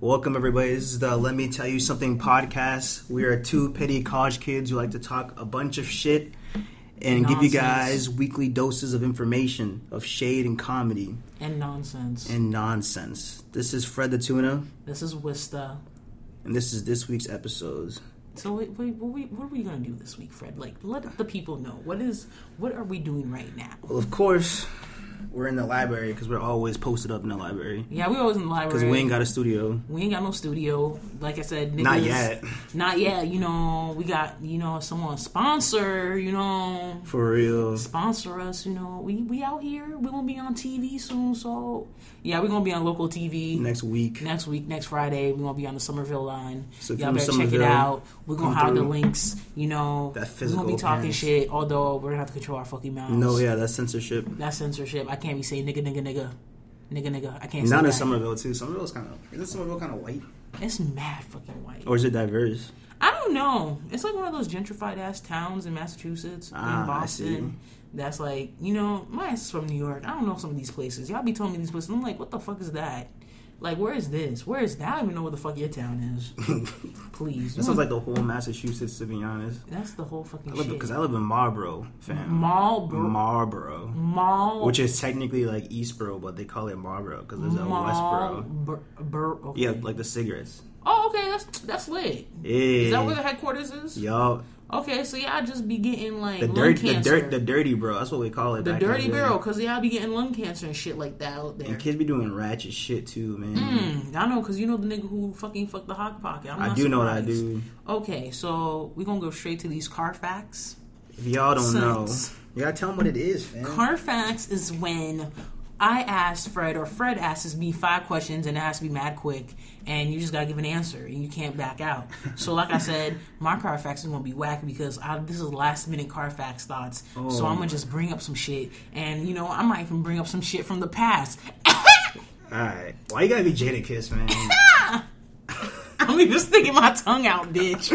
Welcome, everybody. This is the Let Me Tell You Something podcast. We are two petty college kids who like to talk a bunch of shit and give you Nonsense. guys weekly doses of information, of shade and comedy and nonsense. and nonsense. This is Fred the Tuna, this is Wista. and this is this week's episode. So wait, wait, what, we, what are we gonna do this week, Fred? Like, let the people know what is what are we doing right now? Well, of course, we're in the library because we're always posted up in the library Yeah, we always in the library. because we ain't got a studio. we ain't got no studio. Like I said, niggas, Not yet. Not yet. You know, we got you know someone sponsor. You know, For real. sponsor us. You know, we we out here. We gonna be on TV soon. So yeah, we gonna be on local TV. Next week. next week, next Friday, we're gonna be on the Somerville line. So if you're Y'all in better check it Somerville, out. We're gonna come have the through. links. You know, That we're gonna physical be talking appearance. shit. Although we're gonna have to control our fucking mouths. No, yeah, that's censorship. That's censorship. I can't be saying nigga, nigga, nigga, nigga, nigga. I can't. say Not in that. Somerville too. Somerville's kind of isn't Somerville kind of white, It's mad fucking white. or is it diverse? I don't know. It's like one of those gentrified ass towns in Massachusetts, Ah, I in Boston. That's like, you know, my ass is from New York. I don't know some of these places. Y'all be telling me these places. I'm like, what the fuck is that? Like, where is this? Where is that? I don't even know what the fuck your town is. Please. That sounds like the whole Massachusetts, to be honest. That's the whole fucking I live Hmm. shit. because I live in Marlboro, fam. Marlboro. Marlboro, Marl. which is technically like Eastboro, but they call it Marlboro because there's a Westboro. Marlboro. Okay. Yeah, like the cigarettes. Oh, okay. That's that's lit. Yeah. Is that where the headquarters is? Y'all, Okay, so yeah, I just be getting like the lung dirt, the cancer. dirt, the dirty bro. That's what we call it. The back in dirty day. barrel, because yeah, I be getting lung cancer and shit like that out there. And kids be doing ratchet shit too, man. Mm, I know, because you know the nigga who fucking fucked the Hot Pocket. I'm I not do know that surprised. dude. Okay, so we going to go straight to these Carfax. If y'all don't know, Sucks. you gotta tell them what it is, fam. Carfax is when I asked Fred, or Fred asks me five questions, and it has to be mad quick, and you just gotta give an answer, and you can't back out. So, like I said, my Carfax is gonna be whack because I, this is last minute Carfax thoughts. So I'm gonna just bring up some shit, and you know I might even bring up some shit from the past. All right, why you gotta be Jada Kiss, man? I'm even sticking my tongue out, bitch.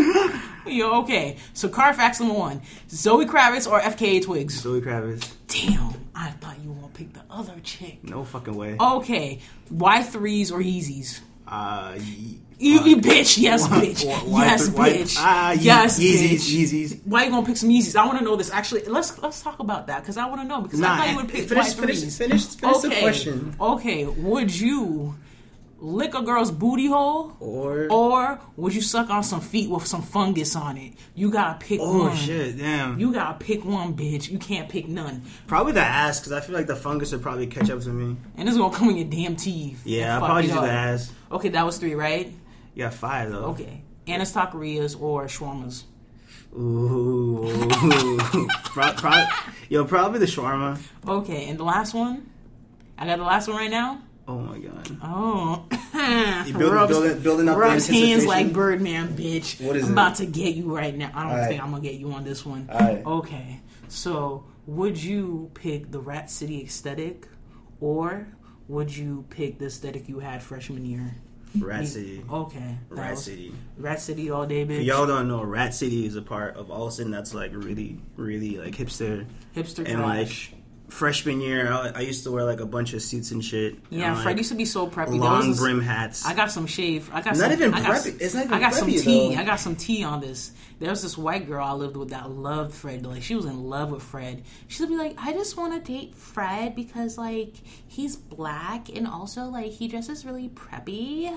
Yo, okay. So Carfax number one: Zoe Kravitz or FKA Twigs. Zoe Kravitz, Damn, I thought you were gonna pick the other chick. no fucking way. Oh. Okay, Y threes or Yeezys? Uh, ye- You, you bitch, yes, bitch, why- yes, why- bitch, Ah, ye- yes, Yeezys, bitch. Yeezys. Why you gonna pick some Yeezys? I want to know this. Actually, let's let's talk about that because I want to know because I thought you would pick finish, Y finish, threes. finish, finish the Okay, question. okay. Would you lick a girl's booty hole, Or- oh, or would you suck on some feet with some fungus on it? You gotta pick one. Oh shit, damn. You gotta pick one, bitch. You can't pick none, probably the ass because I feel like the fungus would probably catch up to me. and it's gonna come in your damn teeth. and Yeah, I fuck probably it do the up. ass. Okay, that was three, right? You got five though. Okay. Anna's taquerias or shawarmas. Ooh. pro- pro- yo, probably the shawarma. Okay, and the last one? I got the last one right now? Oh my god. Oh. You build- build it- building up the rubs hands anticipation. like Birdman, bitch. What is I'm it? about to get you right now. I don't Alright. think I'm going to get you on this one. Alright. Okay, so would you pick the Rat City aesthetic or would you pick the aesthetic you had freshman year? Rat City. Okay. that Rat was- City. Rat City all day, bitch. If y'all don't know, Rat City is a part of Allison that's like really, really like hipster. Hipster And like trash. freshman year, I, I used to wear like a bunch of suits and shit. yeah, and, like, Fred used to be so preppy. There was long this- brim hats. I got some shave. I Not got some, even I got, preppy. It's not even I got some preppy, tea. though. I got some tea on this. There was this white girl I lived with that loved Fred. Like she was in love with Fred. She'd be like, "I just want to date Fred because like he's black and also like he dresses really preppy."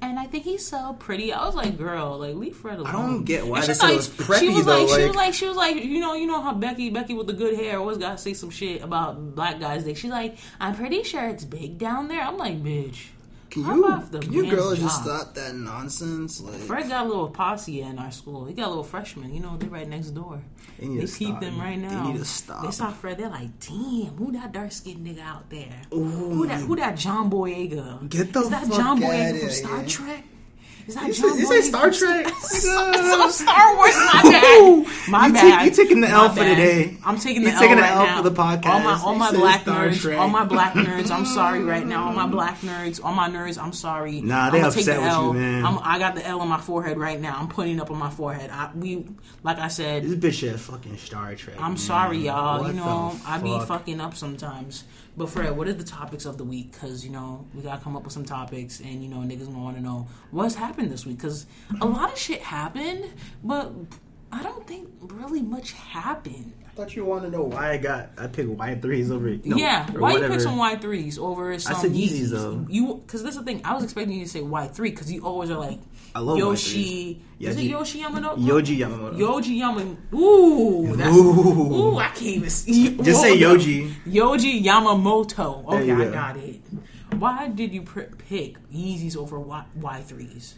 And I think he's so pretty. I was like, girl, like leave Fred alone. I don't get why and they she's said it like, was preppy, she was though, like, she like- was like, she was like, you know, you know how Becky, Becky with the good hair, always gotta say some shit about black guys. That she's like, I'm pretty sure it's big down there. I'm like, bitch. Can How you, about the can you man's girls just job? stop that nonsense? Like, Fred got a little posse in our school. He got a little freshman. You know, they're right next door. They They, need to peep stop. them right They now. need to stop. They saw Fred. They're like, damn, who that dark skinned nigga out there? Ooh. Who that? Who that John Boyega? Get the Is that fuck John outta Boyega from here. Star Trek? Is that You John said, you Boy? said Star Trek. So Star Wars, my Ooh, bad. My you take- bad. you taking the My L for bad. today. I'm taking the You taking L the right L now. for the podcast. All my all You my said black Star nerds. Trek. All my black nerds. I'm sorry right now. All my black nerds. All my nerds. I'm sorry. Nah, they I'ma upset with you, L. man. I'm, I got the L on my forehead right now. I'm putting it up on my forehead. I, we like I said. This bitch said fucking Star Trek. I'm man. sorry, y'all. What you know, the I be fuck? fucking up sometimes. But Fred, what are the topics of the week? Because you know, we gotta come up with some topics, and you know, niggas gonna want to know what's happened this week. Because a lot of shit happened, but I don't think really much happened. I thought you want to know why I got. I picked Y threes over. No, yeah, or why you whatever. pick some Y threes over some said Yeezys, Yeezys? though. You because that's the thing. I was expecting you to say Y three because you always are like I love Y3s. Yoshi. Is it Yoji- Yoshi Yamano? Yoji Yamamoto. Yoji Yama. Ooh, that's, Ooh. ooh. I can't even see. Just say Whoa. Yoji. Yoji Yamamoto. There Okay, you I go. got it. Why did you pr- pick Yeezys over Y Y threes?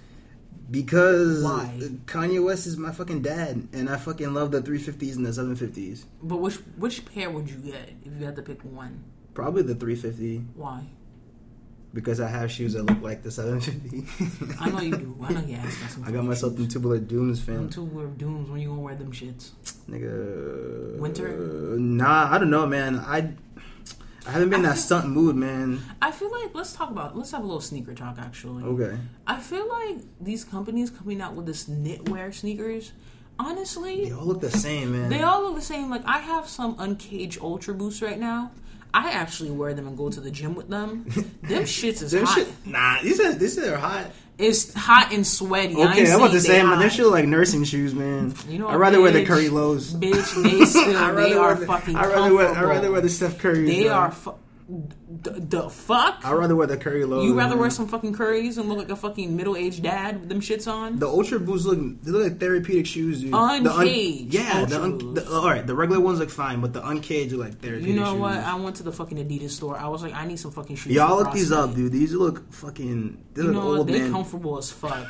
Because Why? Kanye West is my fucking dad, and I fucking love the 350s and the 750s. But which which pair would you get if you had to pick one? Probably the 350 Why? because I have shoes that look like the 750. I know you do. I know you asked that. I got myself in Tubular Dooms, fam. Them two were dooms. When you gonna wear them shits? Nigga. Winter? Nah, I don't know, man. I I haven't been in I that feel- stunt mood, man. I feel like let's talk about let's have a little sneaker talk actually. Okay. I feel like these companies coming out with this knitwear sneakers, honestly, They all look the same, man. they all look the same. Like I have some uncaged ultra boosts right now. I actually wear them and go to the gym with them. Them shits is Them hot. shit, nah, these are these are hot. It's hot and sweaty. I Okay, ain't I'm about to saying say, they man, them hot. shit look like nursing shoes, man. You know I'd what, rather wear the bitch? curry lows. Bitch, they still I'd they rather wear are the- fucking I'd rather wear, I'd comfortable. rather wear the Steph Curry. They are fu- the, the fuck. I'd rather wear the Curry low. You rather wear some fucking curries and look like a fucking middle aged dad with them shits on? The Ultra Boosts look they look like therapeutic shoes, dude. The Uncaged yeah, Ultra the, un- Boosts. the all right, the regular ones look fine, but the uncaged look like therapeutic. You know shoes. what? I went to the fucking Adidas store. I was like, I need some fucking shoes. Y'all for look these CrossFit. up, dude. These look fucking. They You look know what? old They man. comfortable as fuck.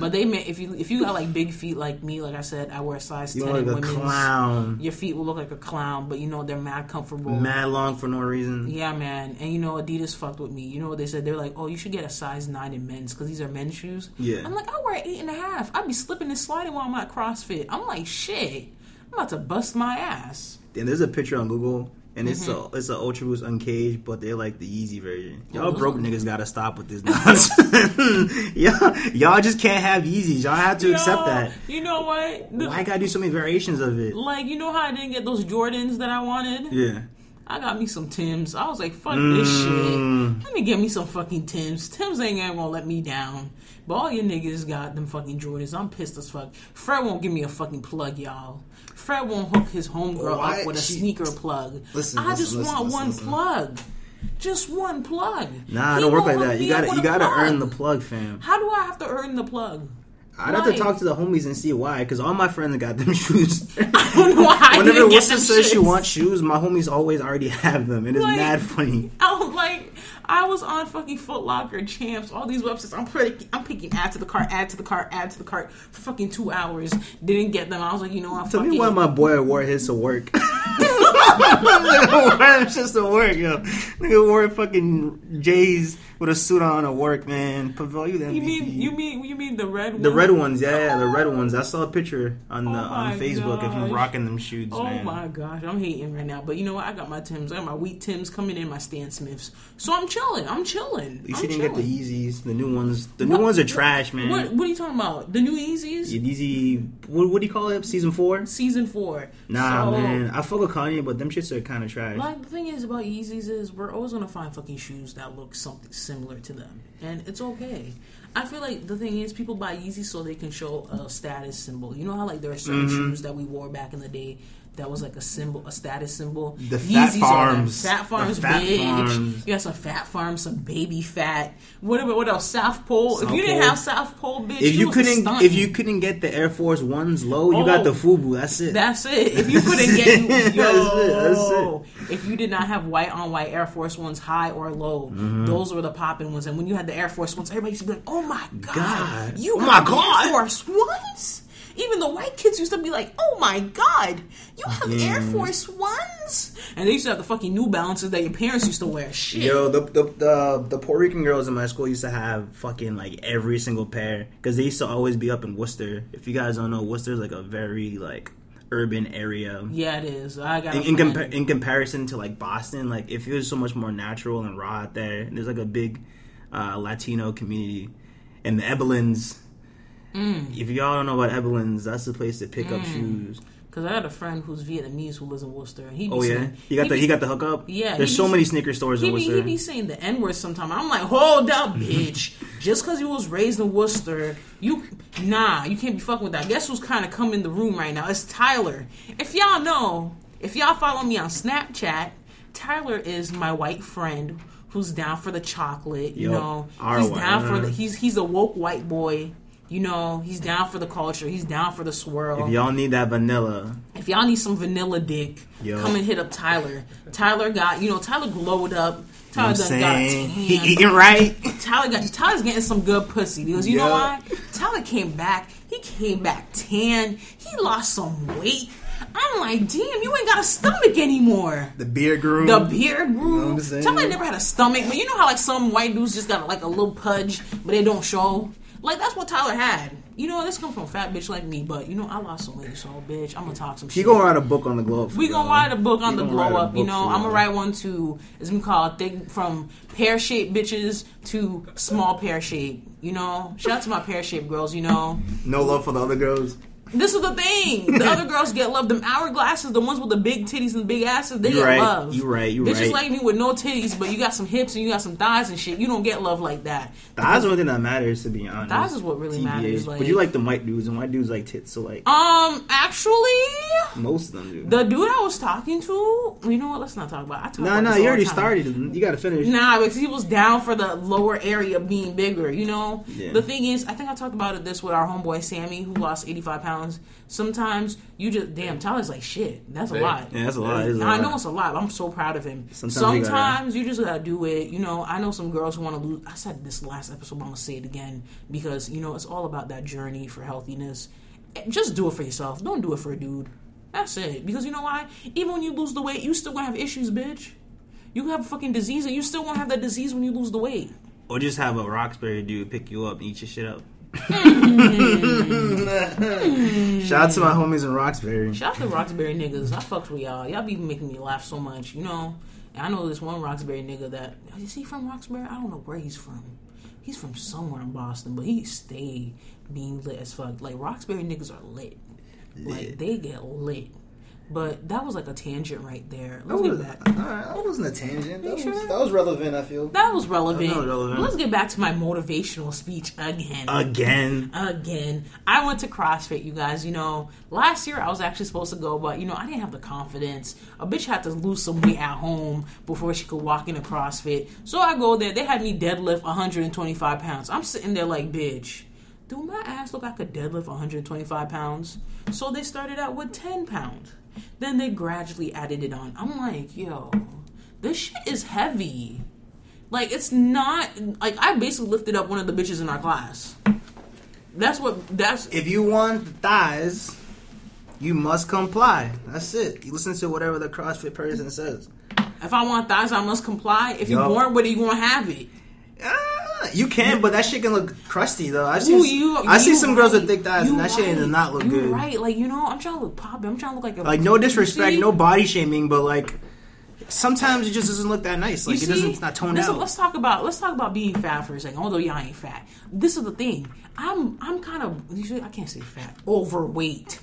but they may if you if you got like big feet like me, like I said, I wear a size you ten look in like a women's. clown, Your feet will look like a clown, but you know they're mad comfortable. mad long for no reason. Yeah, man. And you know Adidas fucked with me. You know what they said? They're like, oh, you should get a size nine in men's because these are men's shoes. Yeah. I'm like, I wear eight and a half. I'd be slipping and sliding while I'm at CrossFit. I'm like, shit. I'm about to bust my ass. And there's a picture on Google, and it's Mm-hmm. a it's an Ultra Boost uncaged, but they're like the Yeezy version. Y'all Oh, those broke look- niggas gotta stop with this nonsense. y'all, y'all just can't have Yeezys. Y'all have to accept Yo, that. You know what? The- Why I gotta do so many variations of it? Like, you know how I didn't get those Jordans that I wanted? Yeah. I got me some Tim's. I was like, fuck Mm. this shit. Let me get me some fucking Tim's. Tim's ain't ever gonna let me down. But all you niggas got them fucking Jordans. I'm pissed as fuck. Fred won't give me a fucking plug, y'all. Fred won't hook his homegirl Why? up with a She- sneaker plug. Listen, I listen, just listen, want listen, one listen. plug. Just one plug. Nah, it He don't work like won't hook that. You me up gotta with you a gotta plug. earn the plug, fam. How do I have to earn the plug? I'd have to Why? talk to the homies and see why, because all my friends got them shoes. I don't know how I Whenever didn't get Winston them says she shits. wants shoes, my homies always already have them, and it's Like- mad funny. I'm like, I was on fucking Foot Locker, Champs, all these websites. I'm pretty, I'm picking add to the cart, add to the cart, add to the cart for fucking two hours. Didn't get them. I was like, you know what? Tell fuck me it. why my boy wore his to work. why it's just to work, yo. Nigga wore fucking J's with a suit on to work, man. Pavel, you the MVP. You mean you mean you mean the red one? E. the red ones, yeah, yeah, the red ones. I saw a picture on the on Oh my Facebook of him gosh. rocking them shoes, Oh man. my gosh, I'm hating right now. But you know what? I got my Tims, I got my wheat Tims coming in, my Stan Smiths. So I'm chilling. I'm chilling. You I'm shouldn't get the chilling. Yeezys, the new ones. The new What- ones are trash, man. What What are you talking about? The new Yeezys, Yeah, Yeezy, what, what do you call it? Season four? season four. Nah, So, man. I fuck with Kanye, but them shits are kind of trash. Like the thing is about Yeezys is we're always gonna find fucking shoes that look something similar to them, and it's okay. I feel like the thing is people buy Yeezys so they can show a status symbol. You know how like there are certain Mm-hmm. shoes that we wore back in the day that was like a symbol, a status symbol. The Fat are them. Farms. fat The farms, Fat bitch. Farms. You got some fat farms, some baby fat. Whatever. What else? South Pole. if South you didn't Pole. have South Pole, bitch, if you was a couldn't, stunt. if you couldn't get the Air Force Ones low, you got Oh. the FUBU. That's it. That's it. If you couldn't get you, That's it. yo, if you did not have white on white Air Force ones, high or low, Mm-hmm. those were the popping ones. And when you had the Air Force ones, everybody used to be like, "Oh my god, God. you Oh have my God." Air Force ones!" Even the white kids used to be like, "Oh my god, you have Yeah. Air Force ones." Jordans? And they used to have the fucking New Balances that your parents used to wear. Shit. Yo, the, the the the Puerto Rican girls in my school used to have fucking like every single pair because they used to always be up in Worcester. If you guys don't know, Worcester's like a very like urban area. Yeah, it is. I got Mm-hmm. In, a in, friend- compa- in comparison to like Boston, like it feels so much more natural and raw out there. And there's like a big uh, Latino community, and the Evelyn's. Mm. If y'all don't know about Evelyn's, that's the place to pick up shoes. Cause I had a friend who's Vietnamese who lives in Worcester, and he be Oh yeah, saying, he got he the be, he got the hookup. Yeah, there's he so be- many sneaker stores he in be, Worcester. he be saying the N word sometime. I'm like, hold up, bitch. Just cause you was raised in Worcester, you nah, you can't be fucking with that. Guess who's kind of come in the room right now? It's Tyler. If y'all know, if y'all follow me on Snapchat, Tyler is my white friend who's down for the chocolate. You Yup. know, Our he's white- down for the. He's he's a woke white boy. You know, he's down for the culture. He's down for the swirl. if y'all need that vanilla, If y'all need some vanilla dick, Yo. come and hit up Tyler. Tyler got, you know, Tyler glowed up. Tyler I'm done got a saying he tan. eating right. Tyler got, Tyler's getting some good pussy because you know Yeah. why? Tyler came back. He came back tan. He lost some weight. I'm like, damn, you ain't got a stomach anymore. The beer groom. The beard what grew. I'm saying? Tyler never had a stomach, but you know how like some white dudes just got like a little pudge, but they don't show. Like that's what Tyler had. You know, this come from a fat bitch like me, but you know, I lost some weight, so bitch, I'm gonna talk some he shit. gonna write a book on the glow up. for We gonna y'all. write a book on He the gonna glow write a up. You book know, for I'm gonna y'all. write one to it's been called thing from pear shaped bitches to small pear shape. You know, shout out to my pear shaped girls. You know, No love for the other girls. this is the thing. The other girls get love. Them hourglasses, the ones with the big titties and the big asses, they You get right. love. You right. You right. Bitches like me with no titties, but you got some hips and you got some thighs and shit. You don't get love like that. Thighs are the only thing that matters, to be honest. Thighs is what really matters, like- but you like the white dudes, and white dudes like tits, so like Um, actually, most of them do. the dude I was talking to, you know what? Let's not talk about. I talk No, about no, this all you the already time. started. You gotta finish. Nah, because he was down for the lower area being bigger, you know? Yeah. The thing is, I think I talked about it this with our homeboy Sammy, who lost 85 pounds. Sometimes you just, damn, Tyler's like, shit, that's a Yeah. lot. Yeah, that's a lot. That's a Now, I lot. know it's a lot. But I'm so proud of him. Sometimes, Sometimes you gotta- you just gotta do it. You know, I know some girls who want to lose. I said this last episode, but I'm gonna say it again because you know it's all about that journey for healthiness. Eh, Just do it for yourself. Don't do it for a dude. That's it. Because you know why? Even when you lose the weight, you still gonna have issues, bitch. You can have a fucking disease, and you still gonna have that disease when you lose the weight. Or just have a Roxbury dude pick you up and eat your shit up. Shout out to my homies in Roxbury. Shout out to Roxbury niggas. I fucked with y'all. Y'all be making me laugh so much, you know. And I know this one Roxbury nigga that is he from Roxbury? I don't know where he's from. He's from somewhere in Boston, but he stayed being lit as fuck. Like Roxbury niggas are lit. Like they get lit. But that was like a tangent right there. Let's get back. that wasn't a tangent. That sure? was- relevant. I feel That was relevant. Uh, That was relevant. Let's get back to my motivational speech again. again. again. I went to CrossFit, you guys. You know, last year I was actually supposed to go, but you know, I didn't have the confidence. A bitch had to lose some weight at home before she could walk into CrossFit. So I go there. They had me deadlift 125 pounds. I'm sitting there like, bitch. Do my ass look like I could deadlift 125 pounds? So they started out with 10 pounds. Then they gradually added it on. I'm like, yo, this shit is heavy. Like, it's not. Like, I basically lifted up one of the bitches in our class. That's what. That's If you want the thighs, you must comply. That's it. You listen to whatever the CrossFit person says. if I want thighs, I must comply. If you're Yup. born with it, you gonna have it. Ah, you can, but that shit can look crusty though. I see, Ooh, you, I see you some girls with right. thick thighs, You and that shit does right. not look you good. Right? Like you know, I'm trying to look poppy. I'm trying to look like a Like no you disrespect, see? no body shaming, but like sometimes it just doesn't look that nice. Like You it doesn't, see? it's not toned Listen, out. Let's talk about let's talk about being fat for a second. Although y'all ain't fat, this is the thing. I'm I'm kind of usually I can't say fat overweight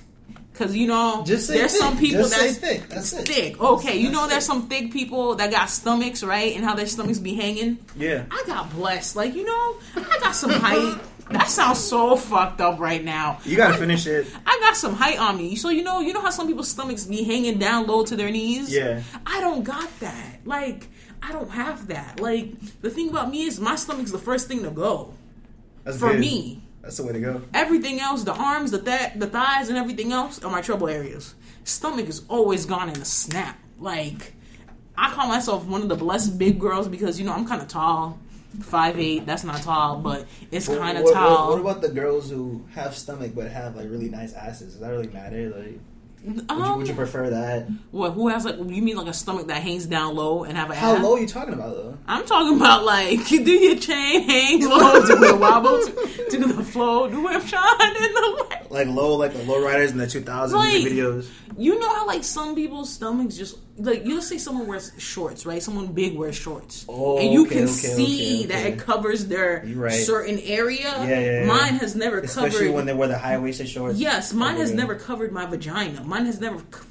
because you know Just say there's thick. some people Just say that's thick. That's it. thick. Okay, you know there's some thick people that got stomachs right and how their stomachs be hanging. Yeah. I got blessed. Like you know I got some height. That sounds so fucked up right now. you gotta finish it. I got some height on me. So you know, you know how some people's stomachs be hanging down low to their knees? Yeah. I don't got that. Like, I don't have that. Like, the thing about me is my stomach's the first thing to go. That's For me. that's the way to go. Everything else, the arms, the th- the thighs and everything else are my trouble areas. Stomach is always gone in a snap. Like, I call myself one of the blessed big girls because you know I'm kind of tall. Five eight, that's not tall, but it's kind of tall. about the girls who have stomach but have like really nice asses? Does that really matter? Like, Would you, Um, would you prefer that? what? Who has like? You mean like a stomach that hangs down low and have an How ass? low are you talking about though? I'm talking about like do your chain hang low, do the wobble, do the flow, do it shine in the way. Like low, like the low riders in the 2000s Like- videos. You know how like some people's stomachs just like you'll see someone wears shorts, right? Someone big wears shorts, Oh, and you okay, can okay, see okay, that okay. it covers their You're right. certain area. yeah, yeah. Mine has never Especially covered. when they wear the high waisted shorts. yes, mine has Okay. never covered my vagina. Mine has never. co-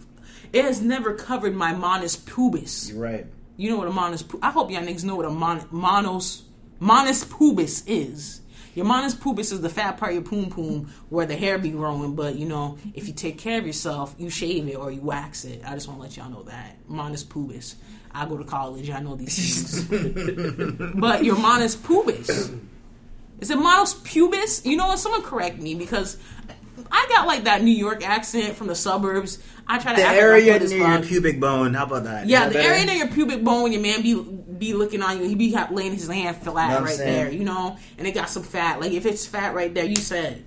It has never covered my monis pubis. You're right. You know what a monis? pu- I hope y'all niggas know what a mon, monos monis pubis is. Your monis pubis is the fat part of your poom poom where the hair be growing. But you know, if you take care of yourself, you shave it or you wax it. I just want to let y'all know that monis pubis. I go to college. I know these things. but your monis pubis. Is it monos pubis? You know what? Someone correct me because I got like that New York accent from the suburbs. I try to The act area like I'm near this your fuck. pubic bone. How about that? Is Yeah, that the better? area near your pubic bone when your man be be looking on you, he be ha- laying his hand flat Know what I'm right saying? there, you know, and it got some fat. Like if it's fat right there, you said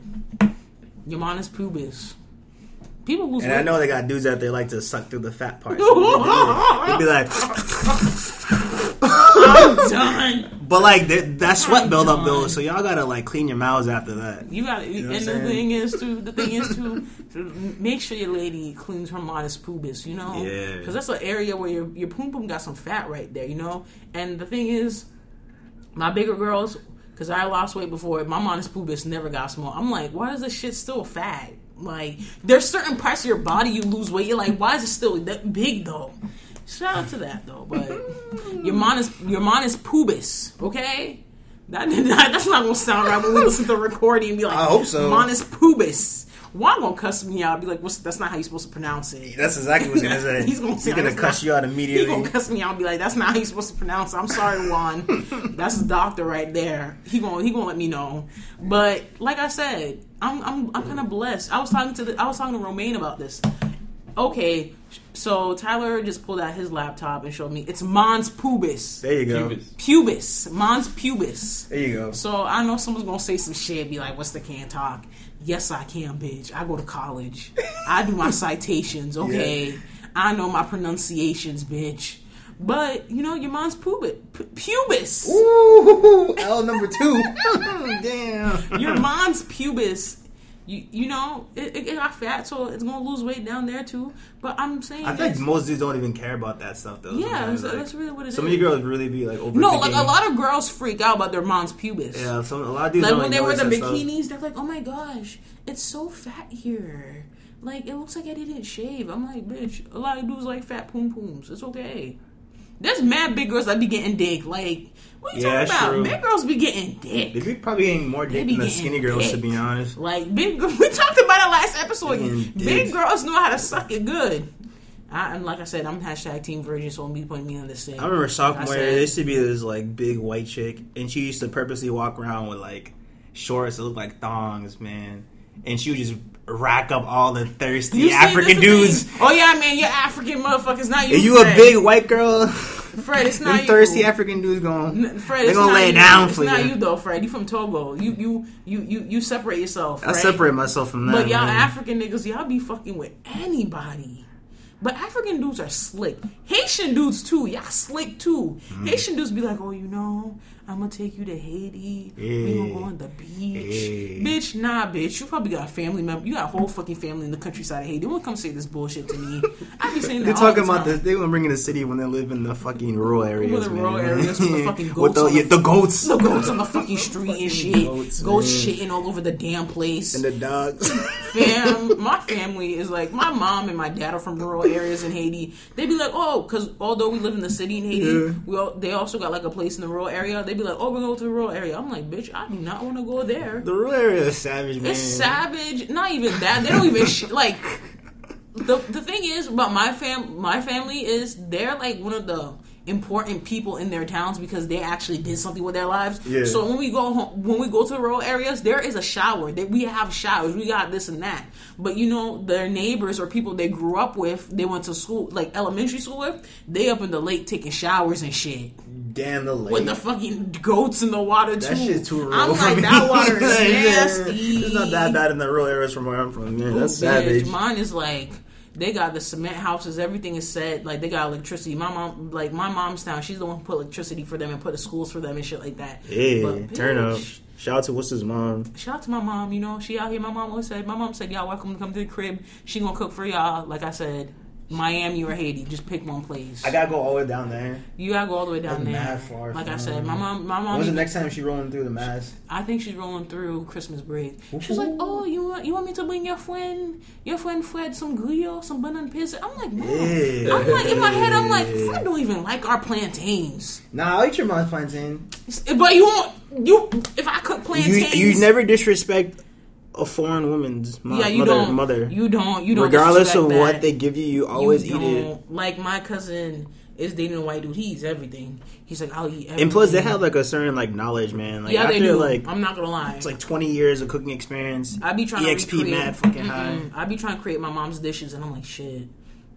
your minus pubis. People lose And weight. I know they got dudes out there like to suck through the fat part. So what they do, they'd be like, I'm done. but like that that sweat I'm build up though, done. so y'all gotta like clean your mouths after that. You got to know what and I'm the saying? thing is too. The thing is too. Make sure your lady cleans her modest pubis. You know, Yeah. because that's an area where your your poom poom got some fat right there. You know, and the thing is, my bigger girls, because I lost weight before, my modest pubis never got small. I'm like, why is this shit still fat? Like, there's certain parts of your body you lose weight. You're like, why is it still that big though? Shout out to that though, but your modest your modest pubis, okay? That, that- that's not gonna sound right when we listen to the recording and be like, I hope so. Modest pubis. Why gonna cuss me out? Be like, what's, that's not how you're supposed to pronounce it. That's exactly what he's gonna say. He's gonna say that's cuss not- you out He immediately. gonna cuss me out and be like, that's not how you're supposed to pronounce it. I'm sorry, Juan. that's the doctor right there. He gonna he gonna let me know. But like I said, I'm I'm I'm kinda blessed. I was talking to the I was talking to Romaine about this. Okay, so Tyler just pulled out his laptop and showed me it's Mons Pubis. there you go. Cubits. Pubis. Mons Pubis. There you go. So I know someone's gonna say some shit, be like, "What's the can talk?" Yes, I can, bitch. I go to college. I do my citations. Okay, I know my pronunciations, bitch. But you know your mom's pubis. P- pubis. Ooh, L number two. Damn. Your mom's pubis. You, you know it, it got fat, so it's gonna lose weight down there too. But I'm saying, I think that's- most dudes don't even care about that stuff though. yeah, sometimes, so like, that's really what it is. Some of you girls really be like overthinking. no, like a lot of girls freak out about their mom's pubis. Yeah, some a lot of dudes Like don't when they even wear the notice that stuff. bikinis, they're like, "Oh my gosh, it's so fat here. Like it looks like I didn't shave." I'm like, "Bitch, a lot of dudes like fat poom pooms. It's okay." There's mad big girls that be getting dick. Like, what you Yeah, talking that's about? true. Big girls be getting dick. They be probably getting more They dick be than the getting skinny girls, to dick. be honest. Like big, gir- we talked about it last episode. Getting Big dick. girls know how to suck it good. I, and like I said, I'm hashtag team virgin, so I'm be putting me on this thing. I remember sophomore year, I said- there used to be this like big white chick, and she used to purposely walk around with like shorts that looked like thongs, man. And she would just rack up all the thirsty You see, African this is dudes. me. Oh yeah, man, you're African motherfuckers. Not you. If you a Fred. big white girl, Fred, it's them not you. thirsty African dudes going. N- Fred, They it's gonna not lay it you. down it's for not you. you though, Fred. You from Togo. You you you you you separate yourself. I right? separate myself from that. But y'all man. African niggas, y'all be fucking with anybody. But African dudes are slick. Haitian dudes too. Y'all slick too. Mm. Haitian dudes be like, oh, you know, I'm gonna take you to Haiti. We gonna go Yeah. on the beach, Yeah. bitch. Nah, bitch. You probably got a family member. You got a whole fucking family in the countryside of Haiti. Don't come say this bullshit to me. I be saying that. They're all talking the about time. this. They gonna bring in the city when they live in the fucking rural areas. the man. rural areas with the fucking With the, goats on yeah, the- the goats. The goats on the fucking street and Fucking shit. goats, Goats, man. shitting all over the damn place. and the dogs. Fam, my family is like my mom and my dad are from rural areas in Haiti. They be like, oh, because although we live in the city in Haiti, Yeah. we all, they also got like a place in the rural area. They be like, oh, we go to the rural area. I'm like, bitch, I do not want to go there. the rural area is savage, man. It's savage. Not even that. They don't even sh- like. The the thing is about my fam my family is they're like one of the important people in their towns because they actually did something with their lives. Yeah. So when we go home, when we go to rural areas, there is a shower. That we have showers. We got this and that. But you know, their neighbors or people they grew up with, they went to school like elementary school with, they up in the lake taking showers and shit Damn the lake. with the fucking goats in the water too. that shit's too rural. I'm for like me. that water is Yeah. nasty. It's not that bad in the rural areas from where I'm from. Man, that's Ooh, bitch, savage. Mine is like They got the cement houses. Everything is set. Like they got electricity. My mom, like my mom's town, she's the one who put electricity for them and put the schools for them and shit like that. Yeah, But, turn up. bitch, Shout out to what's his mom. Shout out to my mom. You know she out here. My mom always said. My mom said, "Y'all welcome to come to the crib. She gonna cook for y'all." Like I said, Miami or Haiti, just pick one place. I gotta go all the way down there. you gotta go all the way down That's there. mad far like from- I said, my mom. My mom. When's the next time she rolling through the mass? I think she's rolling through Christmas break. She's like, Ooh. "Oh, you want you want me to bring your friend, your friend Fred some guyo, some banana pizza?" I'm like, "No." Yeah. I'm like in my head, I'm like, Yeah. "Fred don't even like our plantains." Nah, I'll eat your mom's plantain. But you won't you if I cook You, plantains, you never disrespect a foreign woman's mom, yeah, you mother. don't mother. you don't you don't Regardless of disrespect what that. they give you, you always You eat it. don't- Like my cousin is dating a white dude. He eats everything. He's like, "I'll eat." everything. And plus, they have like a certain like knowledge, man. Like yeah, after they do. like I'm not gonna lie. it's like twenty years of cooking experience. I be trying EXP to recreate, E mad fucking Mm-mm. high. I be trying to create my mom's dishes, and I'm like, shit.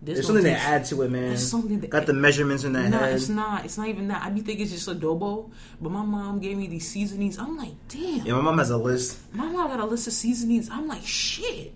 This There's don't something to taste- add to it, man. There's something that- Got the measurements in that No, head. it's not. It's not even that. I be thinking it's just adobo, but my mom gave me these seasonings. I'm like, damn. Yeah, my mom has a list. My mom got a list of seasonings. I'm like, shit.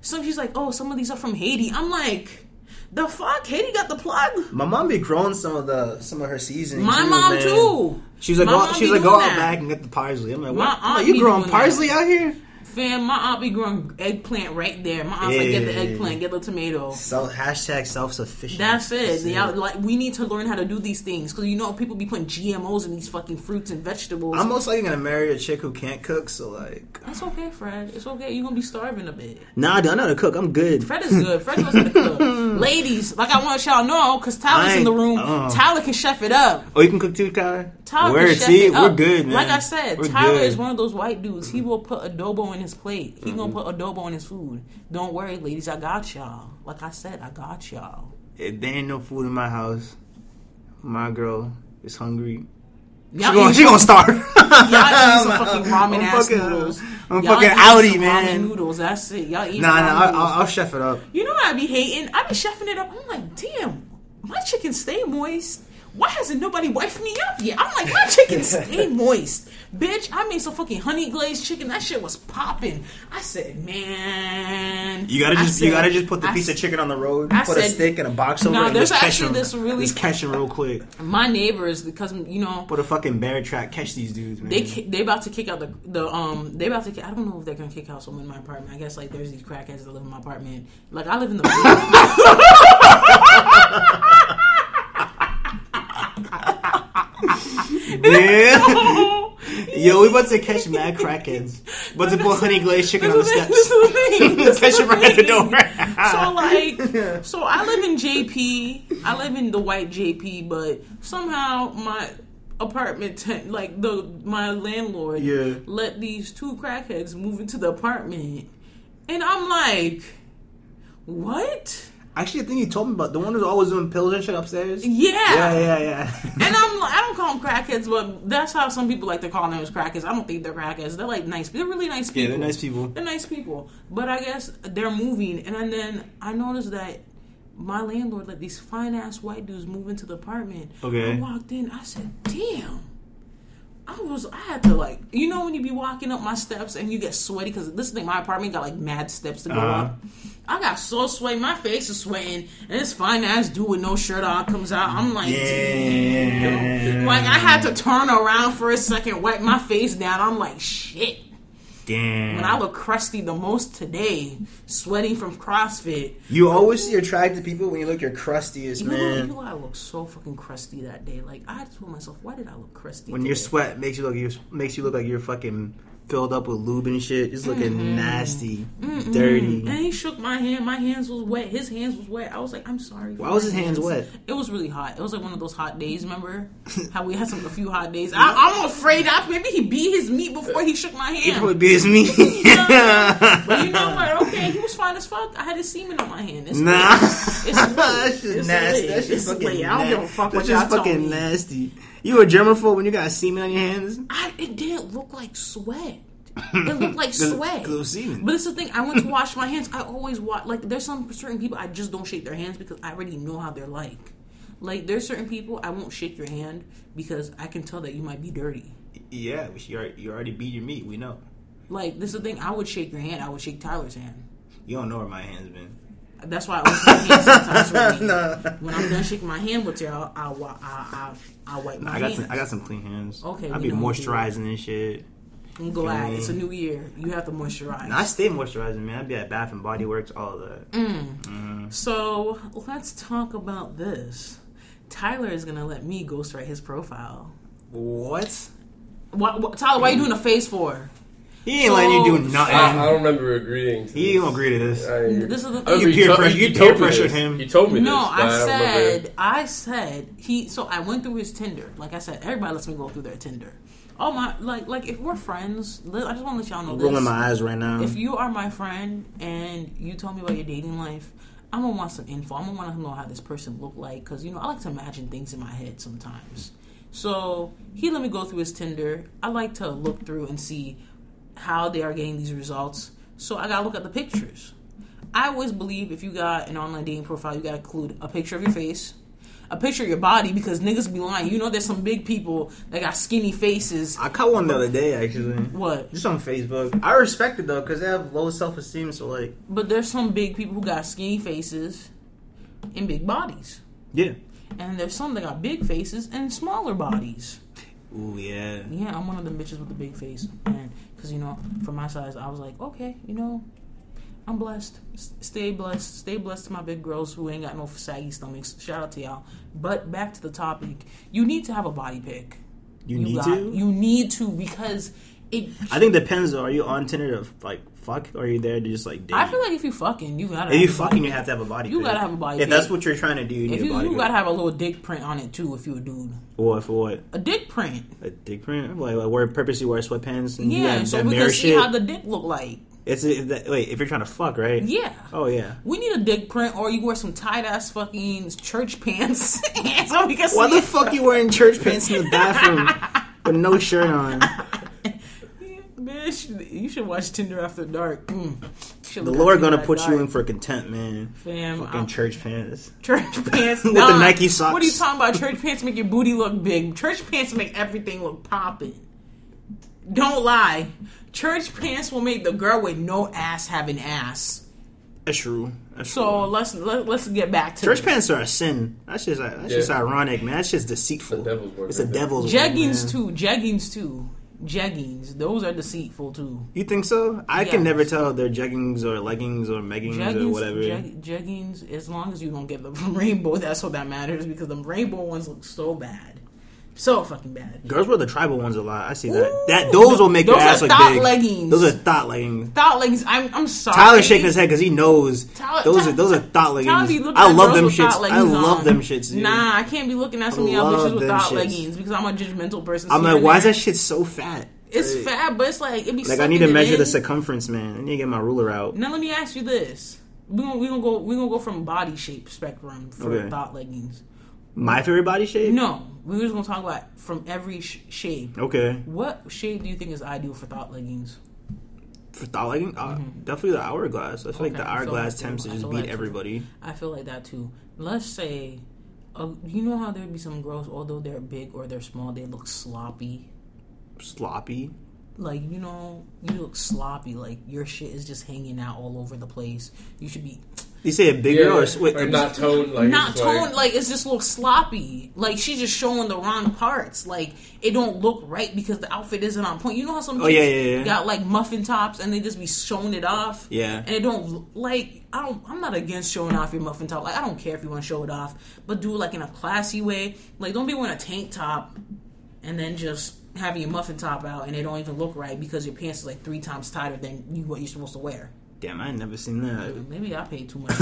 Some she's like, oh, some of these are from Haiti. I'm like, the fuck, Haiti got the plug. My mom be growing some of the some of her seasonings. My too, mom man. too. She's like, My go, mom she's be like, go doing out that. back and get the parsley. I'm like, My what? I'm aunt like, you be growing doing parsley out here? Fam, my aunt be growing eggplant right there. My aunt's like, get the Yeah. eggplant, get the tomato. So hashtag self sufficient. That's it. Y'all, like we need to learn how to do these things because you know people be putting GMOs in these fucking fruits and vegetables. I'm most likely gonna marry a chick who can't cook. So like, That's okay, Fred. It's okay. You're gonna be starving a bit. nah, I don't know how to cook. I'm good. Fred is good. Fred knows how to cook. Ladies, like I want y'all to know because I Tyler's in ain't- the room. uh-uh. Tyler can chef it up. Oh, you can cook too, Tyler. Tyler Word, can chef see, it we're up. good, man. Like I said, We're Tyler good. Mm-hmm. is one of those white dudes. He will put adobo in his plate. He gonna put adobo in his food. Don't worry, ladies. I got y'all. Like I said, I got y'all. If there ain't no food in my house, my girl is hungry. Y'all She gonna, eat- she gonna starve. Y'all eat some I'm- fucking I'm ramen ass fucking- noodles. I'm Y'all fucking eat outie, some ramen man. Noodles. That's it. Y'all eat. Nah, ramen nah, I'll, noodles. I'll, I'll chef it up. You know what I be hating? I be chefing it up. I'm like, damn, my chicken stay moist. Why hasn't nobody wiped me up yet? I'm like, my chicken stay moist. Bitch, I made some fucking honey glazed chicken. That shit was popping. I said, man. You gotta I just you said- gotta just put the I piece of s- chicken on the road, I put a said- stick and a box over, Nah, and there's just catch actually them. this really- just catch them real quick. My neighbors, because, you know, Put a fucking bear trap, catch these dudes, man. they ki- they about to kick out the the um they about to kick, I don't know if they're gonna kick out someone in my apartment. I guess like there's these crackheads that live in my apartment. Like I live in the yeah. Yo, we about to catch mad crackheads. About to put honey glazed chicken on the This is this steps. is the thing. This Catch is them right at the thing. door. so like, so I live in JP. I live in the white JP, but somehow my apartment tent, like the my landlord, Yeah. let these two crackheads move into the apartment, and I'm like, what? Actually, the thing you told me about the one who's always doing pills and shit upstairs. Yeah. yeah, yeah. yeah. And I'm like, I don't call them crackheads, but that's how some people like to call them as crackheads. I don't think they're crackheads. They're like nice. They're really nice people. Yeah, they're nice people. They're nice people. But I guess they're moving. And then I noticed that my landlord let these fine ass white dudes move into the apartment. Okay. I walked in. I said, damn. I was, I had to like, you know, when you be walking up my steps and you get sweaty because this thing, my apartment got like mad steps to go Uh-huh. up. I got so sweaty, my face is sweating, and this fine ass dude with no shirt on comes out. I'm like, Yeah. damn. Like I had to turn around for a second, wipe my face down. I'm like, shit. Damn. When I look crusty the most today, sweating from CrossFit. you always see attractive people when you look your crustiest, You know, you man. know, I look so fucking crusty that day. Like I told myself, why did I look crusty? When today? your sweat makes you look you makes you look like you're fucking filled up with lube and shit. Just looking nasty, dirty. Mm-hmm. Mm. And he shook my hand. My hands was wet. His hands was wet. I was like, I'm sorry. Why was his hands wet? It was really hot. It was like one of those hot days. Remember how we had some a few hot days? I, I'm afraid I maybe he beat his meat before he shook my It probably hand. be as me. But you know what? Okay, he was fine as fuck. I had his semen on my hand. It's Nah, It's that lit. shit's It's nasty. lit. That shit's It's fucking lit. I don't give a na- fuck that what shit's y'all tell fucking me. nasty. You a germaphobe when you got semen on your hands? I, it didn't look like sweat. It looked like sweat. it was semen. But it's the thing. I went to wash my hands. I always wash. Like there's some certain people I just don't shake their hands because I already know how they're like. Like there's certain people I won't shake your hand because I can tell that you might be dirty. Yeah, which you already, you already beat your meat. We know. Like this is the thing. I would shake your hand. I would shake Tyler's hand. You don't know where my hands been. That's why I always shake hands sometimes with me. When I'm done shaking my hand with y'all, I I I, I, I wipe my I got hands. some. I got some clean hands. Okay, I we be know what you moisturizing and shit. I'm glad Mm. it's a new year. You have to moisturize. And I stay moisturizing, man. I be at Bath and Body Works, all of that. Mm. So let's talk about this. Tyler is gonna let me ghostwrite his profile. What? Why, why, Tyler, why you doing a face for? He ain't letting you do So- nothing. I- I, I don't remember agreeing. To he this. ain't gonna agree to this. I, This is the I remember thing. You he peer to- press- he you told peer me pressured this. him. He told me this. No, but I don't remember. said, I said he. So I went through his Tinder. Like I said, everybody lets me go through their Tinder. Oh my, like like if we're friends, li- I just want to let y'all know I'm this. rolling my eyes right now. if you are my friend and you tell me about your dating life, I'm gonna want some info. I'm gonna want to know how this person looked like because you know I like to imagine things in my head sometimes. So he let me go through his Tinder. I like to look through and see how they are getting these results. So I gotta look at the pictures. I always believe if you got an online dating profile, you gotta include a picture of your face, a picture of your body because niggas be lying. You know, there's some big people that got skinny faces. I caught one the other day actually. What? Just on Facebook. I respect it though, cause they have low self esteem. So like, But there's some big people who got skinny faces and big bodies. yeah. And there's some that got big faces and smaller bodies. Ooh yeah. Yeah, I'm one of them bitches with the big face. And, because, you know, for my size, I was like, okay, you know, I'm blessed. S- stay blessed. Stay blessed to my big girls who ain't got no saggy stomachs. Shout out to y'all. But back to the topic. You need to have a body pick. You, need got- to. You need to because it. I think depends. though. Are you on Tinder to like fuck, or are you there to just like date? I feel like if you fucking, you gotta. if you have a body fucking, you have to have a body. You pic. gotta have a body If pic. that's what you're trying to do, you need If a you, body. you pic. gotta have a little dick print on it too, if you're a dude. What for what? A dick print. A dick print? Like, like wear purposely wear sweatpants and do Yeah, that, so that we mirror can see shit. how the dick look like. it's a, that, wait if you're trying to fuck, right? Yeah. Oh yeah. We need a dick print, or you wear some tight ass fucking church pants, so we can Why see. the fuck you wearing church pants in the bathroom with no shirt on? Yeah, bitch, you should watch Tinder After Dark. Mm. Should The look at Lord Tinder gonna After put you Dark. in for contempt, man. Fam, Fucking I'm- church pants. church pants With the nah. Nike socks. What are you talking about? Church pants make your booty look big. Church pants make everything look popping. Don't lie. Church pants will make the girl with no ass have an ass. That's true. That's So let's let, let's get back to Church this. pants are a sin. That's just that's just Yeah. ironic, man. That's just deceitful. It's a devil's work, It's a right there. devil's work, man. Jeggings too. Jeggings too. Jeggings. Those are deceitful too. You think so? I Yes. can never tell if they're jeggings or leggings or meggings or Jeggings. whatever. Jeg- jeggings. As long as you don't get them from rainbow, that's what that matters because the rainbow ones look so bad, so fucking bad. Girls wear the tribal ones a lot. I see that. Ooh. that those will make Those your are ass look thought big. leggings. Those are thought leggings. Thought leggings. I'm I'm sorry. Tyler shaking his head because he knows Tyler- those Ty- are those are thought Tyler be leggings. looking I at love girls them with shits. thought I leggings love on. them shits. Dude. Nah, I can't be looking at some of y'all Love bitches with them thought shits. leggings because I'm a judgmental person. I'm So like, you're why not- is that shit so fat? It's fat, but it's like it be Like I need to sucking it measure in. the circumference, man. I need to get my ruler out. Now let me ask you this: we gonna we gonna go we gonna go from body shape spectrum for Okay. thought leggings. My favorite body shape. No, we were just gonna talk about from every sh- shape. Okay. What shape do you think is ideal for thought leggings? For thought leggings, uh, definitely the hourglass. I feel like Mm-hmm. Okay, the I feel hourglass that too. attempts I to just feel beat that too. everybody. I feel like that too. Let's say, uh, you know how there'd be some girls, although they're big or they're small, they look sloppy. Sloppy. Like you know, you look sloppy. Like your shit is just hanging out all over the place. You should be You say a big Yeah, girl or wait, like not toned, like not it's like- toned like it's just look sloppy like she's just showing the wrong parts like it don't look right because the outfit isn't on point you know how some Oh, yeah, chicks yeah, yeah. got like muffin tops and they just be showing it off Yeah. and it don't look- like i don't i'm not against showing off your muffin top like i don't care if you want to show it off but do it like in a classy way like don't be wearing a tank top and then just having your muffin top out and it don't even look right because your pants is like three times tighter than you what you're supposed to wear Damn, I ain't never seen that. maybe i paid too much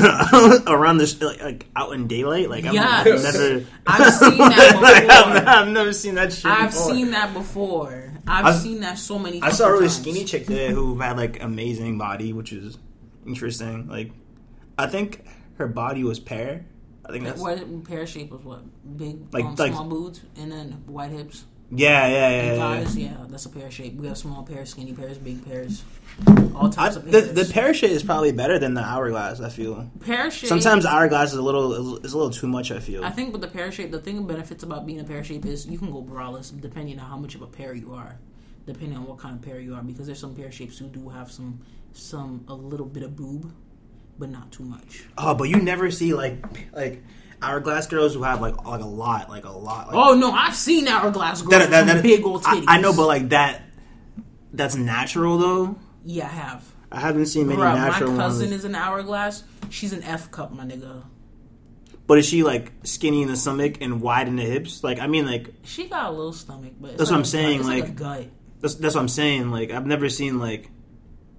Around this, like, like out in daylight, like I'm, I've Yes. never, I've seen like, that I've, before. I've never seen that shit. I've before. seen that before. I've, I've- seen that so many. I saw a fucking really times. skinny chick today who had like amazing body, which is interesting. Like, I think her body was pear. I think that's What pear shape was what big, Like- um, like- small boobs, and then wide hips, yeah, yeah, yeah. yeah, yeah. thighs. Yeah. that's a pear shape. We have small pears, skinny pears, big pears, all I, types of the pears. the pear shit is probably better than the hourglass. I feel pear shape. sometimes hourglass is a little is a little too much. I feel I think with the pear shape, the thing that benefits about being a pear shape is you can go braless depending on how much of a pear you are, depending on what kind of pear you are. Because there's some pear shapes who do have some some a little bit of boob, but not too much. Oh, but you never see like like hourglass girls who have like like a lot, like a lot. Like, Oh no, I've seen hourglass girls that- with that- some that- big old titties. I, I know, but like that. That's natural though. yeah, I have. I haven't seen many Bruh, natural my cousin ones. is an hourglass. She's an F cup, my nigga. but is she like skinny in the stomach and wide in the hips? Like I mean, like She got a little stomach, but it's That's what like I'm a- saying, it's like- a gut. that's that's what I'm saying. Like I've never seen like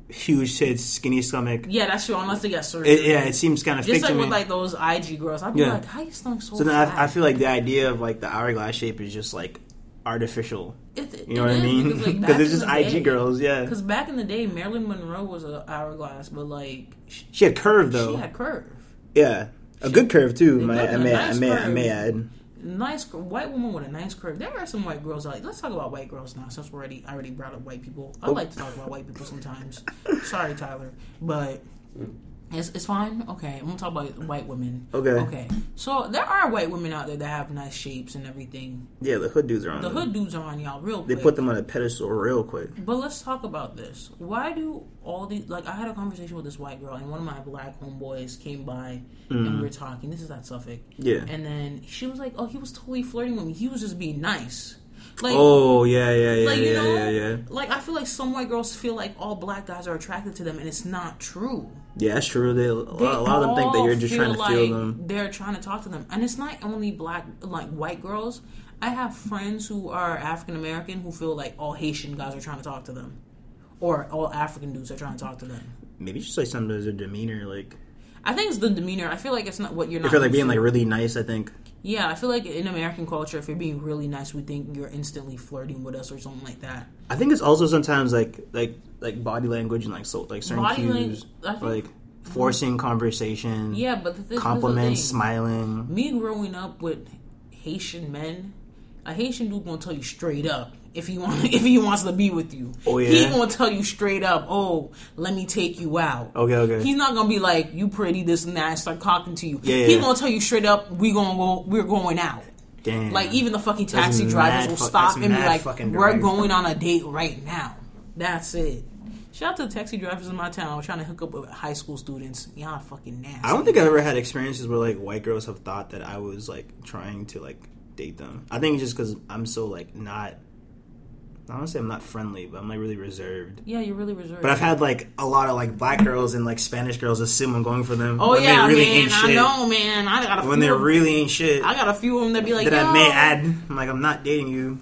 huge tits, skinny stomach. Yeah, that's true. Unless they got surgery. It, yeah, it seems kind of fake Just to like me. with like those IG girls, I'd be Yeah. like, "How you stomach so?" so then flat? I, I feel like the idea of like the hourglass shape is just like artificial. It- it- You know it what I is, mean? because, Because like, back it's in just the IG day- girls. Yeah, Because back in the day, Marilyn Monroe was an hourglass, but like she, she had curve though. she had curve. Yeah, a good curve too. A My, good- I a may, nice I may, I curve. may add. Nice cur- white woman with a nice curve. There are some white girls. out Like let's talk about white girls now. Since we already I already brought up white people, Oh. I like to talk about white people sometimes. Sorry, Tyler, but it's it's fine. Okay, I'm gonna talk about white women. Okay. Okay. So there are white women out there that have nice shapes and everything. Yeah, the hood dudes are on. The them. hood dudes are on y'all real They quick. put them on a pedestal real quick. But let's talk about this. Why do all these like I had a conversation with this white girl and one of my black homeboys came by Mm. and we were talking. This is at Suffolk. Yeah. And then she was like, Oh, he was totally flirting with me. He was just being nice. Like oh yeah, yeah, yeah, like yeah, you know yeah, yeah. like I feel like some white girls feel like all black guys are attracted to them and it's not true. Yeah, that's true. They, a lot, They a lot of them think that all you're just trying to feel like them. They're trying to talk to them, and it's not only black, like white girls. I have friends who are African American who feel like all Haitian guys are trying to talk to them, or all African dudes are trying to talk to them. Maybe just like sometimes their demeanor, like I think it's the demeanor. I feel like it's not what you're not. I feel like used being to. like really nice. I think. yeah, I feel like in American culture, if you're being really nice, we think you're instantly flirting with us or something like that. I think it's also sometimes like like like body language and like so like certain Body cues, lang- I like think- forcing conversation. Yeah, but this, this compliments, Is the thing. smiling. me growing up with Haitian men, a Haitian dude gonna tell you straight up if he want if he wants to be with you. Oh, yeah? He gonna tell you straight up, oh, let me take you out. Okay, okay. He's not gonna be like, you pretty, this and that, and start talking to you. Yeah, yeah, He yeah. gonna tell you straight up, we gonna go we're going out. Damn. Like even the fucking taxi mad drivers will fuck- stop that's and be mad like, fucking "We're driving. going on a date right now." That's it. Shout out to the taxi drivers in my town trying to hook up with high school students. Y'all fucking nasty. I don't think I've ever had experiences where like white girls have thought that I was like trying to like date them. I think it's just because I'm so like not. I don't wanna say I'm not friendly, but I'm like really reserved. yeah, you're really reserved. But I've had like a lot of like black girls and like Spanish girls assume I'm going for them. Oh when they yeah, really man. ain't I shit. know, man. I got a When they few. really ain't shit, I got a few of them that be like, that I may "Yo." add, I'm like I'm not dating you.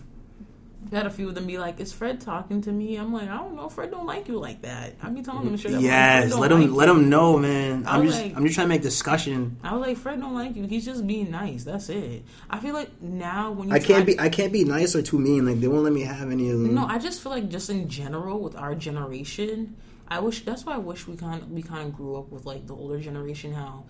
I got a few of them be like, "Is Fred talking to me?" I'm like, "I don't know. Fred don't like you like that." I be telling them shit. I'm like, "Fred yes, don't let them like let them know, man. I'm I just like- I'm just trying to make discussion. you." I was like, "Fred don't like you. He's just being nice. That's it." I feel like now when you I try- can't be I can't be nice or too mean. Like they won't let me have any of them. No, I just feel like just in general with our generation, I wish that's why I wish we kind of, we kind of grew up with like the older generation. How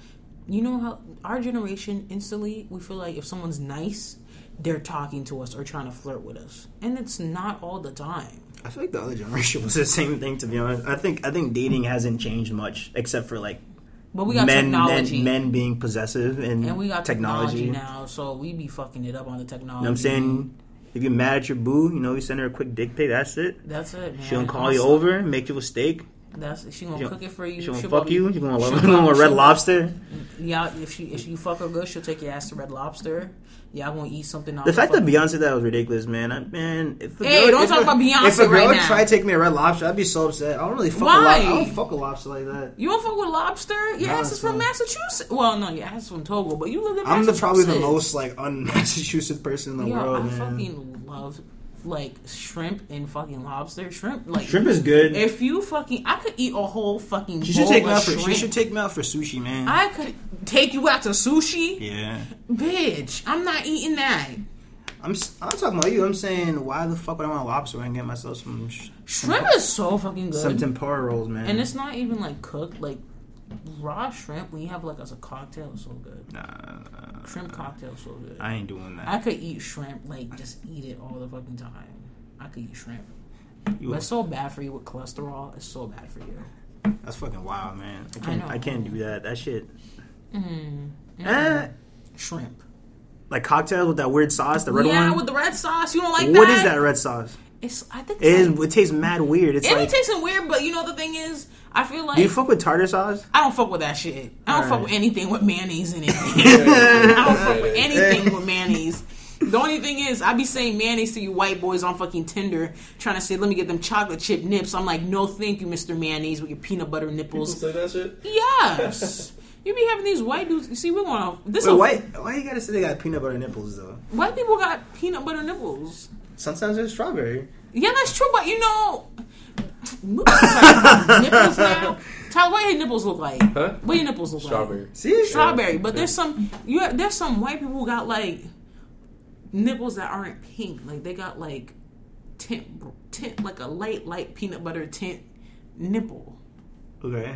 you know how our generation instantly we feel like if someone's nice, they're talking to us or trying to flirt with us, and it's not all the time. I feel like the other generation was the same thing. To be honest, I think I think dating hasn't changed much except for like But we got men, technology, men men being possessive and, and we got technology. technology. You know now, Mm-hmm. so we be fucking it up on the technology. what I'm saying? If you're mad at your boo, you know you send her a quick dick pic. That's it. That's it, man. She gonna call I'm you so- over, make you a steak. That's she gonna She cook it for you. She gonna She'll fuck probably- you. You gonna love her she'll a probably- red lobster. Y'all, if she if you fuck her good, she'll take your ass to Red Lobster. Y'all gonna eat something. The fact that Beyonce did that was ridiculous, man. I, man, if a Hey, girl- don't if talk a- about Beyonce If a girl right now. tried to take me a red lobster, I'd be so upset. I don't really fuck a Why? lobster. I don't fuck a lobster like that. you don't fuck with lobster. Your No, ass is it's from not. Massachusetts. Well, no, your ass is from Togo, but you live in I'm the, Massachusetts. probably the most like un-Massachusetts person in the Yo, world, I man. fucking love like shrimp and fucking lobster. Shrimp, like Shrimp is good. If you fucking, I could eat a whole fucking. She should bowl take of me out for shrimp. she should take me out for sushi, man. I could take you out to sushi, yeah, bitch. I'm not eating that. I'm. s- I'm not talking about you. I'm saying why the fuck would I want a lobster when I can get myself some sh- Shrimp is so fucking good. some tempura rolls, man? And it's not even like cooked, like raw shrimp. When you have like as a cocktail, is so good. nah, nah, nah, Shrimp cocktail, is so good. I, I ain't doing that. could eat shrimp, like just eat it all the fucking time. I could eat shrimp. You- But it's so bad for you with cholesterol. It's so bad for you. that's fucking wild, man. I can't. know. Mm-hmm. I, can't do that. That shit. Eh, Shrimp. like cocktails with that weird sauce, the red yeah, one. with the red sauce. You don't like that. what is that red sauce? It's I think It, it's is, like- it tastes mad weird. It's it like, tastes weird, but you know the thing is, I feel like do you fuck with tartar sauce? I don't fuck with that shit. I don't fuck with anything with mayonnaise in it. I don't fuck with anything with mayonnaise. The only thing is, I be saying mayonnaise to you white boys on fucking Tinder, trying to say, "Let me get them chocolate chip nips." I'm like, "No, thank you, Mister Mayonnaise, with your peanut butter People nipples." say that shit. Yes, you be having these white dudes. You see, we want to. This Wait, a- why, why you gotta say they got peanut butter nipples though? white people got peanut butter nipples. Sometimes there's strawberry. Yeah, that's true, but you know, nipples now. Tyler, what your nipples look like? Huh? What your nipples look like? Strawberry. See? strawberry. But there's some you have, there's some white people who got like nipples that aren't pink. Like they got like tint tint like a light light peanut butter tint nipple. Okay.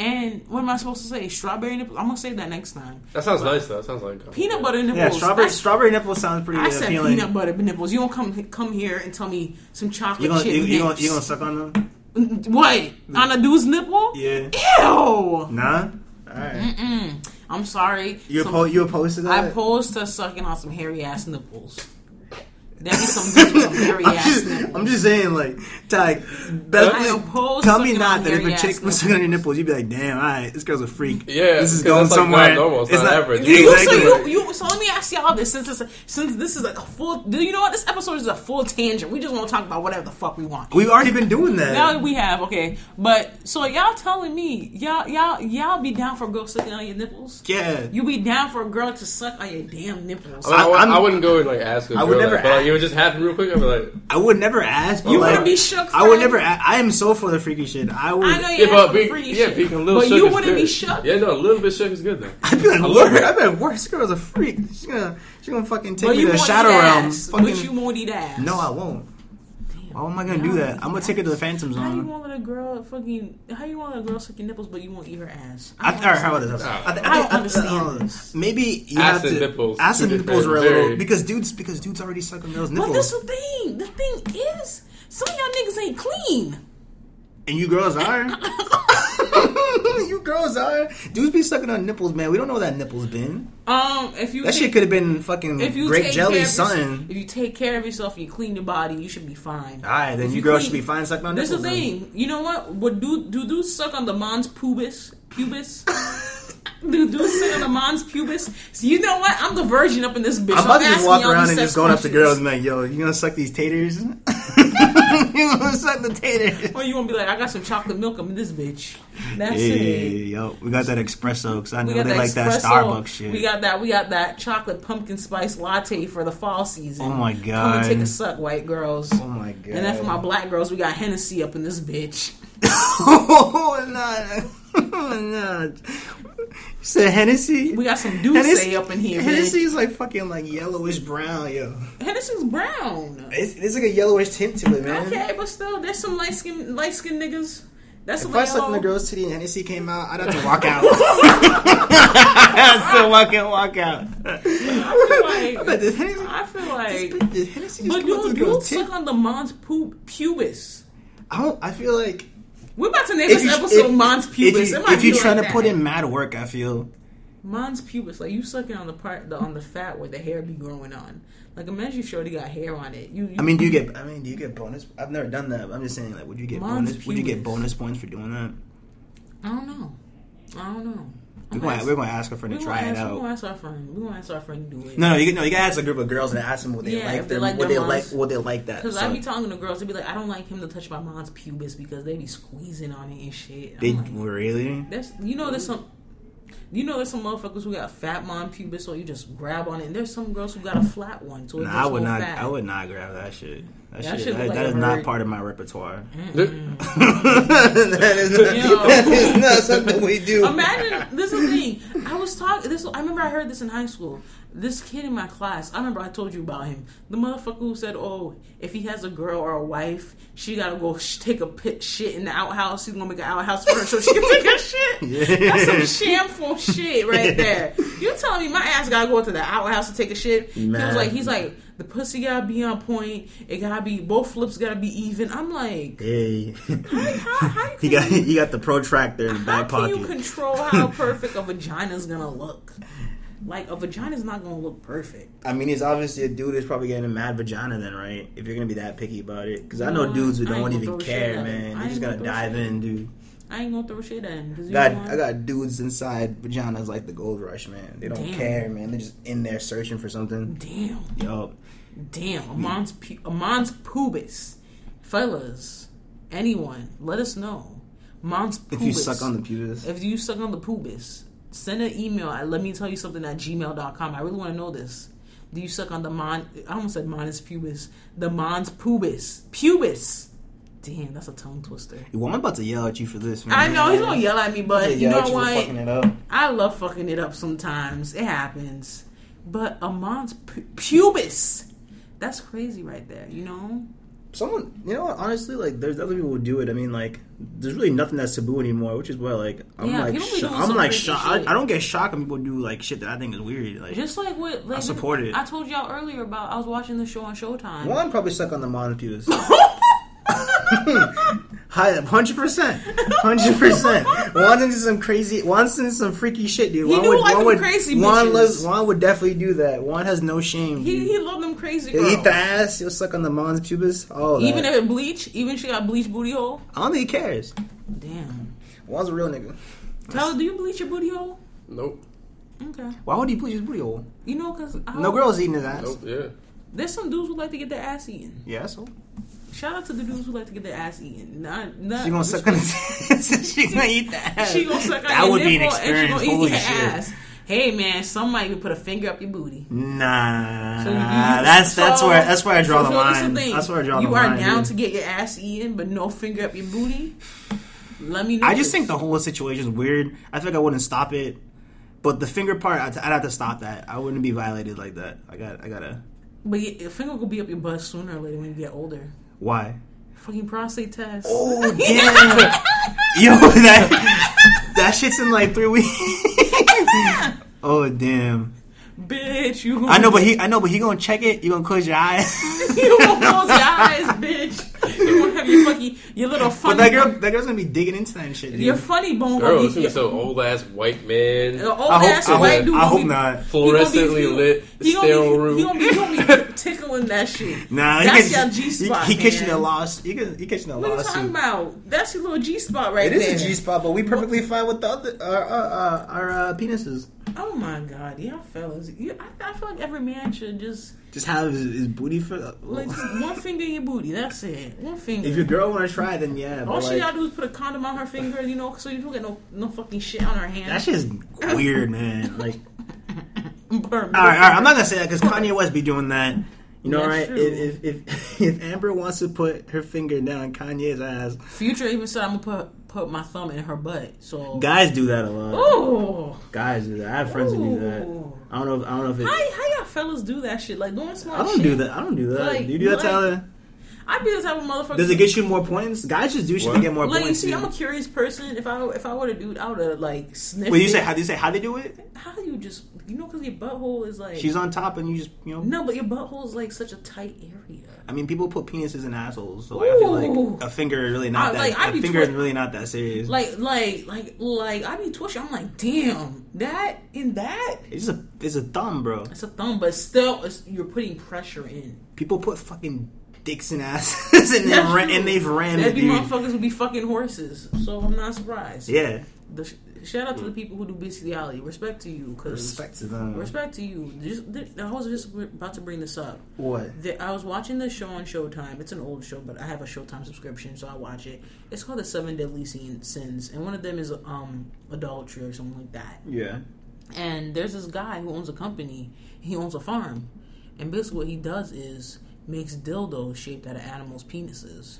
And what am I supposed to say? Strawberry nipples. I'm gonna say that next time. That sounds nice though. That sounds like um, Peanut butter nipples. Yeah, strawberry That's- strawberry nipple sounds pretty I said appealing. peanut butter nipples. You don't come come here and tell me some chocolate You gonna chip you, you gonna nips. you gonna suck on them? what on a dude's nipple? Yeah. Ew. Nah. All right. I'm sorry. You Some- opposed you opposed to I that? opposed to sucking on some hairy ass nipples. There be some bitch with some hairy I'm ass just, nipples. I'm just saying, like, Ty, that, I oppose tell me sucking not on that if a hairy-ass chick was sucking on your nipples, you'd be like, damn, all right, this girl's a freak. Yeah, this is 'cause going that's, like, not somewhere. normal, it's not average. you, you- exactly. so you, you so let me ask y'all this since this, since this is like a full do you know what this episode is a full tangent we just want to talk about whatever the fuck we want We've already been doing that. now we have okay but so y'all telling me y'all y'all y'all be down for a girl sucking on your nipples yeah. you be down for a girl to suck on your damn nipples I, mean, I, would- I'm- I wouldn't go and like ask a girl. I would never that, but like, ask. it would just happen real quick. I'd be like, I would never ask. But You like, wouldn't be shook, I would Fred? never. a- I am so for the freaky shit. I would. I know you asked yeah, but for be, free yeah, shit, being a little but shook you is wouldn't good. be shook Yeah, no, a little bit shook is good though. I'd be like, love Lord, it. I'd be like, worse girl's a freak. She's gonna, she's gonna fucking take but me you to the won't shadow eat realm. ass. Fucking, but you won't eat ass no, I won't. Why am I gonna do No, that? I'm gonna take her to the phantom How you zone. want to let a girl fucking? How you want to let a girl suck your nipples, but you won't eat her ass? I, don't all right, how about understand. this? No. I, thi- I I, don't think- I, understand I don't know. this. Maybe you Ass have to and Oh. nipples, Ass two and different- nipples are a little very- because dudes because dudes already suck on girls' But nipples, this the thing. The thing is, some of y'all niggas ain't clean. and you girls are. you girls are. Dudes be sucking on nipples, man. We don't know where that nipple's been. Um, if you That take, shit could have been fucking if you grape take jelly, care of yourself- something. If you take care of yourself, and you clean your body, you should be fine. All right, then If you, you girls clean- should be fine sucking on This nipples. is the thing. You know what? Would do do dudes suck on the mons pubis? Pubis. Do dudes suck on the mons pubis? So you know what? I'm the virgin up in this bitch. I'm so about to just asking walk y'all around these and sex just going up to questions. girls and like, yo, you gonna suck these taters? you gonna suck the taters? Or you gonna be like, I got some chocolate milk in this bitch. That's Yeah, it. yo, we got that espresso because I We know got they that like that espresso. Starbucks shit. We got that. We got that chocolate pumpkin spice latte for the fall season. Oh my Come God. and take a suck, white girls. oh my god! And then for my black girls, we got Hennessy up in this bitch. oh no, no. You said Hennessy. We got some Douce Hennessy- up in here. bitch. Hennessy's like fucking like yellowish brown, yo. Hennessy's brown. It's, it's like a yellowish tint to it, man. Okay, but still, there's some light skin, light skin niggas. That's If what I they sucked on all- the girl's titty and Hennessy came out, I'd have to walk out. I'd have to fucking walk out. I feel I like- bet this Hennessy, I feel like. this, this Hennessy just But come out through dude, the dude, girl's suck titty. on the mons poop pubis. I don't. I feel like We're about to name this episode Mons Pubis. If, It you, might if you're be trying like to put that. in mad work, I feel. Mons Pubis, like you sucking on the part the, on the fat where the hair be growing on. Like imagine you shorty got hair on it. You, you I mean, do you get? I mean, do you get bonus? I've never done that. I'm just saying, like, would you get Mm-hmm. Mine's bonus? Would you get pubis. bonus points for doing that? I don't know. I don't know. We're I'm gonna, ask- we're gonna ask her for to we gonna try it ask- We gonna out. ask our friend. We gonna ask our friend to do it. No, no, you no, you gotta ask a group of girls and ask them what they Yeah, like, if they them, like what their they like, moms. what they like that. Cause I so- be talking to girls, they be like, I don't like him to touch my mom's pubis because they be squeezing on it and shit. I'm They like, really? That's you know there's some you know there's some motherfuckers who got fat mom pubis so you just grab on it. And there's some girls who got a flat one. So it Nah, just I would no not. Fat. I would not grab that shit. That, That shit. shit That, look that like is a not bird. part of my repertoire. that, is Yo. not something we do. Imagine this is the thing. I was talking. This I remember I heard this in high school. This kid in my class. I remember I told you about him. The motherfucker who said, "Oh, if he has a girl or a wife, she gotta go sh- take a pit shit in the outhouse. He's gonna make an outhouse for her so she can take her shit." That's some shameful shit right there. You telling me my ass gotta go to the outhouse to take a shit? He Man. was like, he's like, the pussy gotta be on point. It gotta be both flips gotta be even. I'm like, Hey, how, how he can got you- he got the protractor in the back how can you pocket. control how perfect a vagina's gonna look? Like a vagina's not gonna look perfect. I mean, it's obviously a dude is probably getting a mad vagina then, right? If you're gonna be that picky about it, because I know No, dudes who I ain't don't gonna even throw shit care, at it. man. I They're just ain't gonna gonna throw dive shit at in, dude. I ain't gonna throw shit in. Cause you God, know what? I got dudes inside vaginas like the gold rush, man. They don't Damn. care, man. They're just in there searching for something. damn, Yo, damn, Amon's pu- Amon's pubis, fellas, anyone, let us know. Mons pubis. if you suck on the pubis, If you suck on the pubis, send an email at let me tell you something at gmail.com. I really want to know this. Do you suck on the mon? I almost said mons pubis. The mons pubis. Pubis. Damn, that's a tongue twister. well, I'm about to yell at you for this, man. I know he's gonna yell at me, Yeah, but you yell know at for fucking what? it up. I love fucking it up sometimes. It happens. But a mons pu- pubis. That's crazy right there. You know. Someone, you know, what, honestly, like, there's other people who do it. I mean, like, there's really nothing that's taboo anymore, which is why, like, I'm Yeah, like, people be sho- doing I'm some like, crazy sho- I, shit. I don't get shocked when people do like shit that I think is weird. Like, Just like what like, support it. I told y'all earlier about I was watching the show on Showtime. one probably suck on the mom pubis. High, hundred percent, hundred percent. Juan's into some crazy. Juan's into some freaky shit, dude. He Juan do like them would, crazy Juan bitches. loves. Juan would definitely do that. Juan has no shame. He dude. he loved them crazy He'll girls. eat the ass. He'll suck on the mom's pubis. All that. Even if it bleach, even if she got bleach booty hole. I don't think he cares. Damn. Juan's a real nigga. Tyler, do you bleach your booty hole? Nope. Okay. Why would he put his booty hole? You know, cause I No girl's eating his ass. Nope. Yeah. There's some dudes who like to get their ass eaten. Yeah, so Shout out to the dudes who like to get their ass eaten. Not not. she gonna suck on his. she gonna eat that. She gonna suck on That your would be an nipple and she experience. gonna eat Holy your shit. ass. Hey man, somebody could put a finger up your booty. Nah, So you- you- that's that's so- where that's where I draw the so this line. thing. That's where I draw you the line. You are down dude. to get your ass eaten, but no finger up your booty. Let me. know I just this. think the whole situation is weird. I feel like I wouldn't stop it, but the finger part, I'd, I'd have to stop that. I wouldn't be violated like that. I got, I gotta. But yeah, a finger will be up your butt sooner or later when you get older. Why? Fucking prostate test. Oh damn! Yo, that that shit's in like three weeks. oh damn! Bitch, you. I know, but he, I know, but he gonna check it. You gonna close your eyes? you won't close your eyes, bitch. You won't have your fucking your little funny. But that girl, that girl's gonna be digging into that shit. Dude. your funny bone. Girl, gonna it's be, gonna be some old ass white man, your old I hope, ass I hope, white dude. I gonna hope be- not. he gonna be- fluorescently he- lit He gonna, stereo be, he, gonna be, he room. gonna be tickling that shit. Nah, that's he your catch- G spot. He, he catching man. a loss. He, can- he catching a What are you loss. talking about? That's your little G spot right It is there. a G spot, but we perfectly fine with the other our uh, uh, our uh, penises. Oh my god, y'all fellas. You, I, I feel like every man should just Just have his, his booty for. uh, like just one finger in your booty. That's it. One finger. if your girl want to try, then yeah. All But Oh, she like, gotta do is put a condom on her finger, you know, so you don't get no no fucking shit on her hand. that shit's weird, man. Like, Or- all right, all right. I'm not gonna say that because Kanye West be doing that. You know, right? That's true. If, if if if Amber wants to put her finger down Kanye's ass, Future even said I'm gonna put put my thumb in her butt. So guys do that a lot. oh, Guys do that. I have friends who do that. Ooh. I don't know. If, I don't know if it. how how y'all fellas do that shit? Like doing smart I don't shit. do that. I don't do that. Like, do you do that, like- Tyler? I'd be the type of motherfucker. Does it get you more points? Guys just do shit to What? get more like you points. see, I'm dude. a curious person. If I if I were to do, I would have like sniffed. Wait, you it. say how do you say how they do it? how do you just you know because your butthole is like She's on top, and you just you know. no, but your butthole is like such a tight area. I mean, people put penises in assholes, so like, I feel Ooh. like a finger is really not I- that. like, I a be finger is twi- really not that serious. Like like like like I be twitching. I'm like, damn, that and that. it's just a it's a thumb, bro. It's a thumb, but still, it's, you're putting pressure in. People put fucking dicks in asses, and they That's ran, true. and they've rammed That'd it, be dude. motherfuckers would be fucking horses, so I'm not surprised. Yeah, The sh- shout out to the people who do bestiality. Respect to you, cause respect to them. respect to you. Just, th- I was just about to bring this up. What? The, I was watching the show on Showtime. It's an old show, but I have a Showtime subscription, so I watch it. It's called The Seven Deadly Sin- Sins, and one of them is um adultery or something like that. Yeah. And there's this guy who owns a company. He owns a farm, and basically what he does is makes dildos shaped out of animals' penises.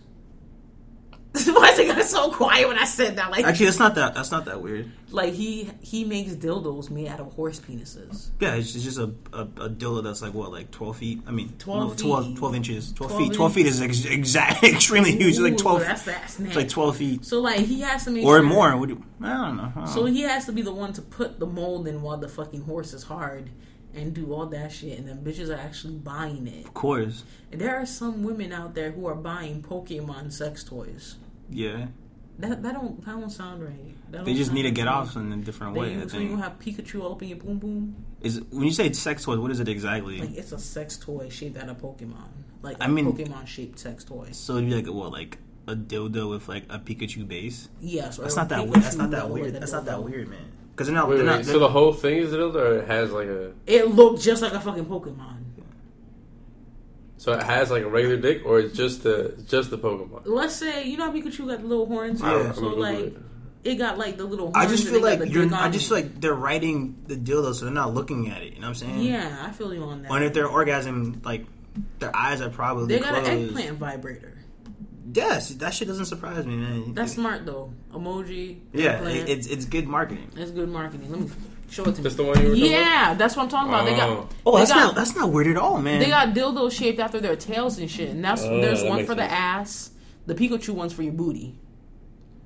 Why is it got so quiet when I said that? Like, Actually, that's not that. That's not that weird. like he he makes dildos made out of horse penises. Yeah, it's, it's just a, a a dildo that's like what, like twelve feet. I mean, 12 no, 12, feet. 12 inches, twelve, 12 feet. Twelve feet is ex- exact, extremely huge. It's like Ooh, twelve. That's that snap. It's like twelve feet so like he has to make or sure- more. Would you, I don't know. I don't So know. he has to be the one to put the mold in while the fucking horse is hard and do all that shit, and then bitches are actually buying it. of course, There are some women out there who are buying Pokemon sex toys. yeah. That, that don't that don't sound right. That They don't just sound need to get right. off in a different They- way. I so you think gonna have Pikachu open your boom boom? is when you say sex toys, what is it exactly? Like it's a sex toy shaped out of Pokemon. Like I I mean- Pokemon shaped sex toys. so it'd be like a, what, like a dildo with like a Pikachu base? Yes, or That's not that Pikachu weird. That's not that level weird. with a That's not that dildo. weird, man. Because they're not. Wait, they're wait, not so the whole thing is dildo, or it has like a It looked just like a fucking Pokemon. so it has like a regular dick, or it's just the just the Pokemon. Let's say you know how Pikachu got the little horns. I don't- Yeah. I'm So gonna Google like it. it got like the little. Horns I just and feel it got like the you're. dick I on just it. feel like they're writing the dildo, so they're not looking at it. You know what I'm saying? Yeah, I feel you on that. And if they're orgasm, like their eyes are probably they got closed. an eggplant vibrator. Yes, that shit doesn't surprise me, man. That's smart though. Emoji. yeah, it, eggplant. it's it's good marketing. that's good marketing. Let me show it to That's me. the one you were talking about? Yeah, that's what I'm talking about. They Oh. got. Oh, they that's got- not that's not weird at all, man. They got dildos shaped after their tails and shit. And that's Oh, there's that one makes for the sense. ass. The Pikachu one's for your booty.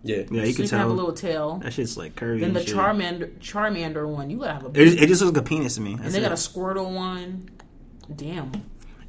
Yeah, yeah, you so can you can have a little tell tail. that shit's like curvy. Then and the shit. Charmander Charmander one, you gotta have a booty. It, it just looks like a penis to me. And they got a Squirtle one. Damn,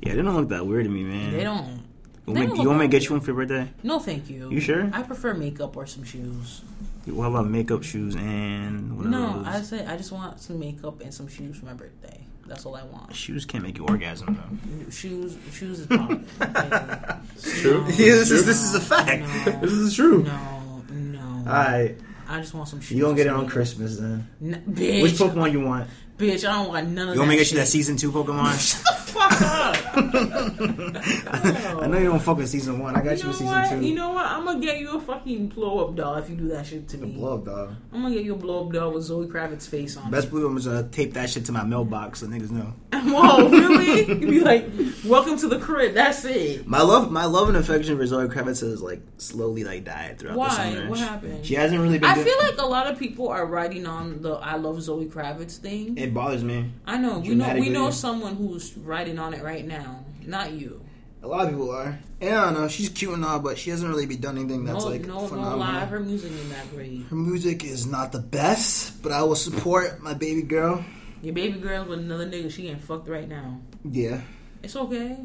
yeah, they don't look that weird to me, man. they don't. You they want, don't me, you want me to look get you one for your birthday? No, thank you. You sure? I prefer makeup or some shoes. What about makeup, shoes, and what No, are I those? say I just want some makeup and some shoes for my birthday. That's all I want. Shoes can't make you orgasm though. Shoes, shoes is popping. Okay. It's true. No, Yeah, this is- this no, is a fact. no, This is true. No, no. All right, I just want some shoes. you gonna get it and on some- Christmas then? N- bitch, Which Pokemon you want? bitch, I don't want none You of that. want me to get shit. you that season two Pokemon? Shut the fuck up. I know you don't fuck with season one. I got you, you know with season what? two. You know what? I'm gonna get you a fucking blow up doll if you do that shit to me. Love dog. I'm gonna get you a blow up doll with Zoe Kravitz's face on. Best believe I'm just gonna tape that shit to my mailbox so niggas know. it. Whoa, really? You'd be like, "Welcome to the crib." That's it. My love, my love and affection for Zoe Kravitz has like slowly like died throughout the Why? summer. What She- happened? She hasn't really been. I good- feel like a lot of people are writing on the "I love Zoe Kravitz" thing. it bothers me. I know we know we dramatically. know someone who's writing on it right now. Not you. A lot of people are. And I don't know. She's cute and all, but she hasn't really been done anything that's no, like no, no phenomenal. lie. her-, Her music is not great. music is not the best, but I will support my baby girl. Your baby girl with another nigga. She getting fucked right now. Yeah. It's okay.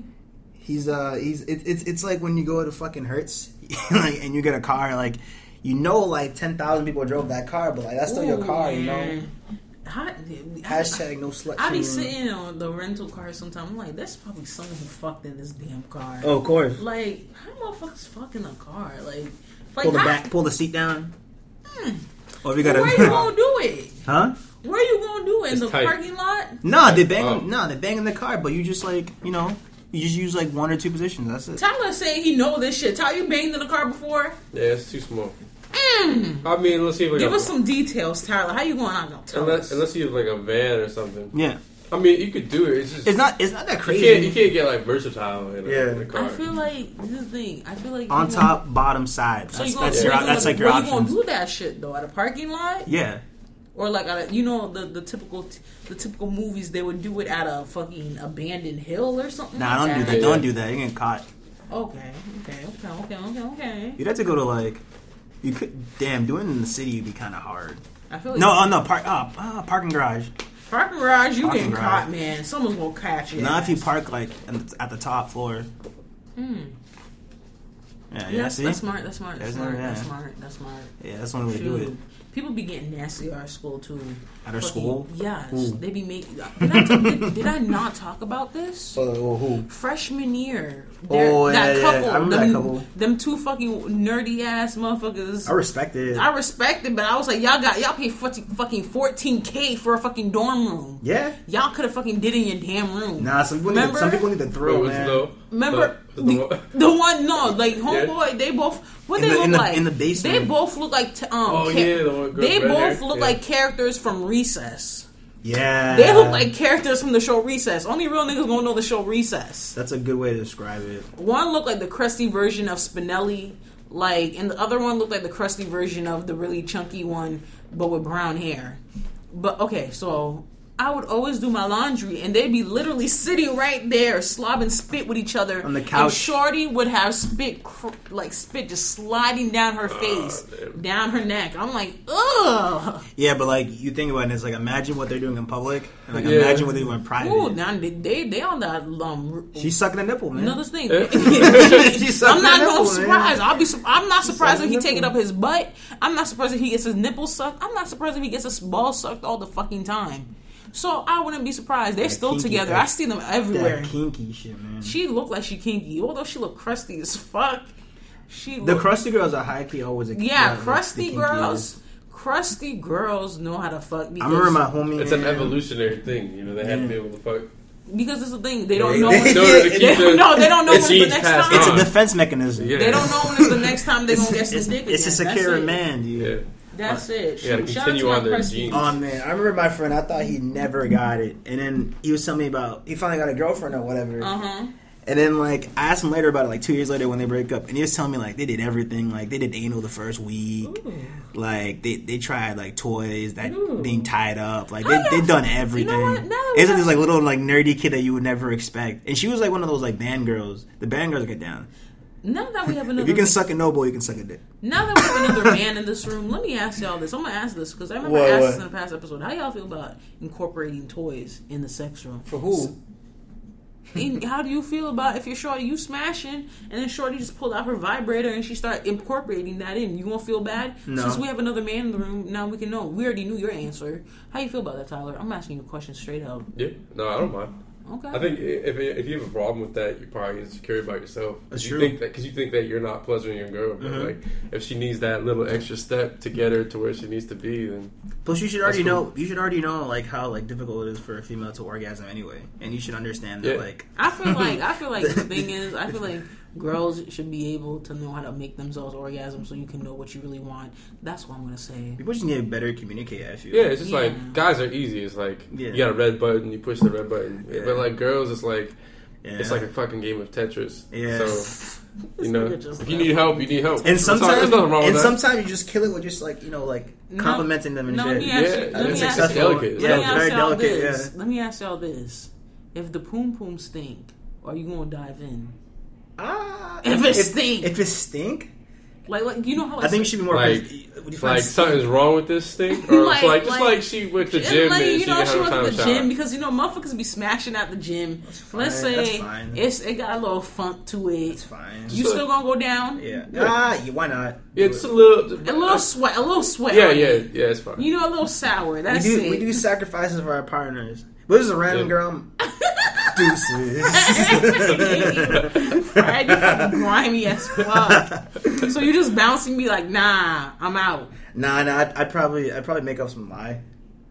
He's uh he's it, it's it's like when you go to fucking Hertz like, and you get a car like you know like ten thousand people drove that car but like that's still your Ooh, car you know man. How- I, hashtag no slut I be shaming. sitting on the rental car sometimes. I'm like, that's probably someone who fucked in this damn car. oh of course Like, how motherfuckers fucking a car? Like, like pull the how- back pull the seat down or if you got Where you gonna a do it? huh Where you gonna do it in It's the tight. parking lot? no they bang Oh. no they bang in the car but you just like you know you just use like one or two positions that's it Tyler saying he know this shit. Tyler, you banged in the car before? yeah, it's too small. I mean, let's see if Mm. like Give a, us some details, Tyler. How you going out now? Tell unless, us. unless you have like a van or something. yeah I mean, you could do it. It's just it's not it's not that you crazy can't you can't get like versatile in a, Yeah. in a car. I feel like this is the thing. I feel like on you top bottom side So that's you gonna, that's so your you op- gonna, that's like your where you gonna options do that shit though at a parking lot? yeah or like at a, you know the the typical the typical movies they would do it at a fucking abandoned hill or something. nah like don't do that. that don't do that you get caught. Okay, okay, okay, okay, okay, okay. You'd have to go to like you could damn doing it in the city would be kind of hard. I feel like No, oh no, park uh, uh, parking garage. parking garage. You Parking getting garage. caught, man? Someone's gonna catch you. Not if you park like in the, at the top floor. Yeah, yeah, Yes, see? Hmm. that's smart. That's smart. That's That's smart. not- That's yeah. smart. That's smart. yeah, that's the only way to do Dude, it. People be getting nasty at our school too. At our Fucking- school? Yes, Who? they be making. Did, I t- did, did I not talk about this? oh, who? freshman year. Oh, They're- yeah, yeah, I remember that them, couple. Them two fucking nerdy ass motherfuckers. I respect it. I respect it, but I was like, y'all got y'all paid 40, fucking fourteen k for a fucking dorm room. yeah. Y'all could have fucking did it in your damn room. Nah, some people, need to, Remember? some people need to Bro, throw, it's man. low. Remember Low. It's low. the one? No, like homeboy. They both In what they the- look in the- like in the basement. They both look like t- um. Oh, cha- yeah, the one girl they right both there. look Yeah. like characters from Recess. Yeah. They look like characters from the show Recess. Only real niggas gonna know the show Recess. That's a good way to describe it. One looked like the crusty version of Spinelli, like, and the other one looked like the crusty version of the really chunky one, but with brown hair. But okay, so I would always do my laundry, and they'd be literally sitting right there, slobbing spit with each other On the And couch. Shorty would have spit, cr- like spit, just sliding down her face, down her neck. I'm like, ugh. Yeah, but like you think about it, it's like imagine what they're doing in public, and like Yeah. imagine what they do in private. Ooh, now they they, they on that um. She's sucking a nipple, man. Another thing, She's I'm sucking not a gonna nipple, man. surprise. I'll be. Su- I'm not surprised if he nipple. take it up his butt. I'm not surprised if he gets his nipple sucked. I'm not surprised if he gets his ball sucked all the fucking time. So I wouldn't be surprised. They're still kinky together. ass. I see them That everywhere. kinky shit, man. She looked like she kinky, although she looked crusty as fuck. She the looked, crusty girls are high key always. A yeah, the- crusty the kinky girls. Crusty girls know how to fuck. I Because, remember my homie. It's an man. evolutionary thing, you know. They have to be able to fuck. because it's the thing they don't They- know. they- When, In order to keep they the- don't know. They don't know when It's it's the each next passed It's time. a defense mechanism. Yeah. They don't know when it's the next time they're It's, gonna get it's, some dick. it's to again. That's secure a it. man, dude. Yeah. That's it. You gotta Shout out continue to my on their crusty. genes. Oh man, I remember my friend. I thought he never got it, and then he was telling me about he finally got a girlfriend or whatever. Uh huh. And then like I asked him later about it, like two years later when they break up, and he was telling me like they did everything, like they did anal the first week, like they they tried like toys that being tied up, like they How y'all- they done you know everything. what? Now that it's like we- this like little like nerdy kid that you would never expect, and she was like one of those like band girls. The band girls get down. Now that we have another, If you can suck a noble, you can suck a dick. now that we have another man in this room, let me ask y'all this. I'm gonna ask this because I remember What, I asked what? this in the past episode. How y'all feel about incorporating toys in the sex room? For who? And how do you feel about if you're shorty, you smashing, and then shorty just pulled out her vibrator and she start incorporating that in? You won't feel bad No. since we have another man in the room. Now we can know. We already knew your answer. How you feel about that, Tyler? I'm asking you a question straight up. Yeah. No, I don't mind. Okay. I think i- if, if you have a problem with that, you're probably insecure about yourself. 'Cause That's you true. Think that because you think that you're not pleasuring your girl. But like, if she needs that little extra step to get her to where she needs to be, then Plus, you should already That's cool. know. You should already know like how like difficult it is for a female to orgasm anyway, and you should understand that Yeah. like I feel like I feel like the thing is I feel like girls should be able to know how to make themselves orgasm so you can know what you really want. That's what I'm gonna say. people just need to better communicate. I feel. yeah, it's just Yeah. like guys are easy. It's like Yeah. you got a red button, you push the red button. Yeah. But like girls, it's like Yeah. it's like a fucking game of Tetris. Yeah. So you know, nigga just if you need help, you need help. And There's not- sometimes, there's nothing wrong and with that. sometimes you just kill it with just like you know, like complimenting them and no, shit. me yeah, ask you- let me it's ask just you- delicate. Yeah, Let me it's Yeah, very ask y'all delicate, this. yeah. Let me ask y'all this: If the poom poom stink, are you gonna dive in? Ah, If it stink. if it stink, Like, like you know how like, I think you should be more Like- pres- what do you find like stink? something's wrong with this thing, or Like- it's like like- just like she went to Just gym like, and you she know didn't she have was time at to the shower. gym because you know motherfuckers be smashing at the gym. fine, Let's that's say fine. it's it got a little funk to it. it's fine. You So- still gonna go down? yeah. Yeah. Ah, yeah, why not? Yeah, it's a little, A little sweat. A little sweat. Yeah, on yeah, it. yeah. It's fine. You know, a little sour. we That's do it. we do sacrifices for our partners. But this is a random Yeah. girl. I'm- Deuces. Fried, you fucking grimy as fuck. So you just bouncing me like, nah, I'm out. nah, nah. I'd, I'd probably I'd probably make up some lie.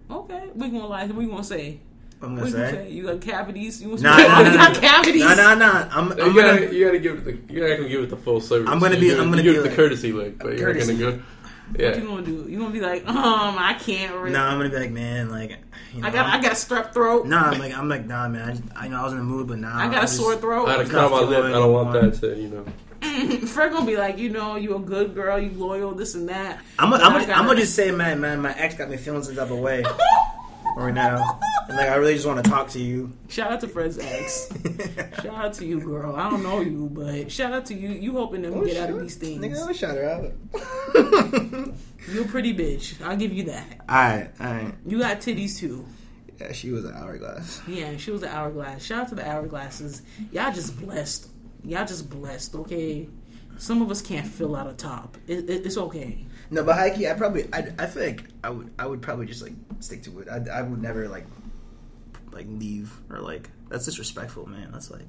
Okay, we gonna lie. We gonna say. I'm We gonna gonna say. say you got cavities. You want Nah, some- nah, you nah, got nah. cavities? Nah, nah, nah. I'm, You I'm gotta, gonna. you gotta give it the, you're not gonna give it the full service. I'm gonna You be- give it- I'm gonna you give be it the like- courtesy look, but you're not Courtesy. gonna go. What you Yeah, gonna do? You gonna be like, um, I can't. Really. Nah, I'm gonna be like, man, like. You know, I got, I got strep throat. Nah, I'm like, I'm like, nah, man. I, just, I know I was in the mood, but nah. I got a I'm just- sore throat. I had It's to not cut my lip. I don't want feeling that to you know. Fred gonna be like, you know, you a good girl, you loyal, this and that. I'm gonna But I I'm got- I'm just say, man, man, my ex got me feeling some type of way right now, and like I really just want to talk to you. Shout out to Fred's ex. Shout out to you, girl. I don't know you, but shout out to you. You hoping to get out of these things. Oh, Nigga, I would shout her out. You're a pretty bitch. I'll give you that. all right, all right. You got titties too. Yeah, she was an hourglass. Yeah, she was an hourglass. Shout out to the hourglasses. Y'all just blessed. Y'all just blessed. Okay. Some of us can't fill out a top. It, it, it's okay. No, but Heike, I probably, I, I feel like I would, I would probably just like stick to it. I, I would never like, like leave or like that's disrespectful, man. That's like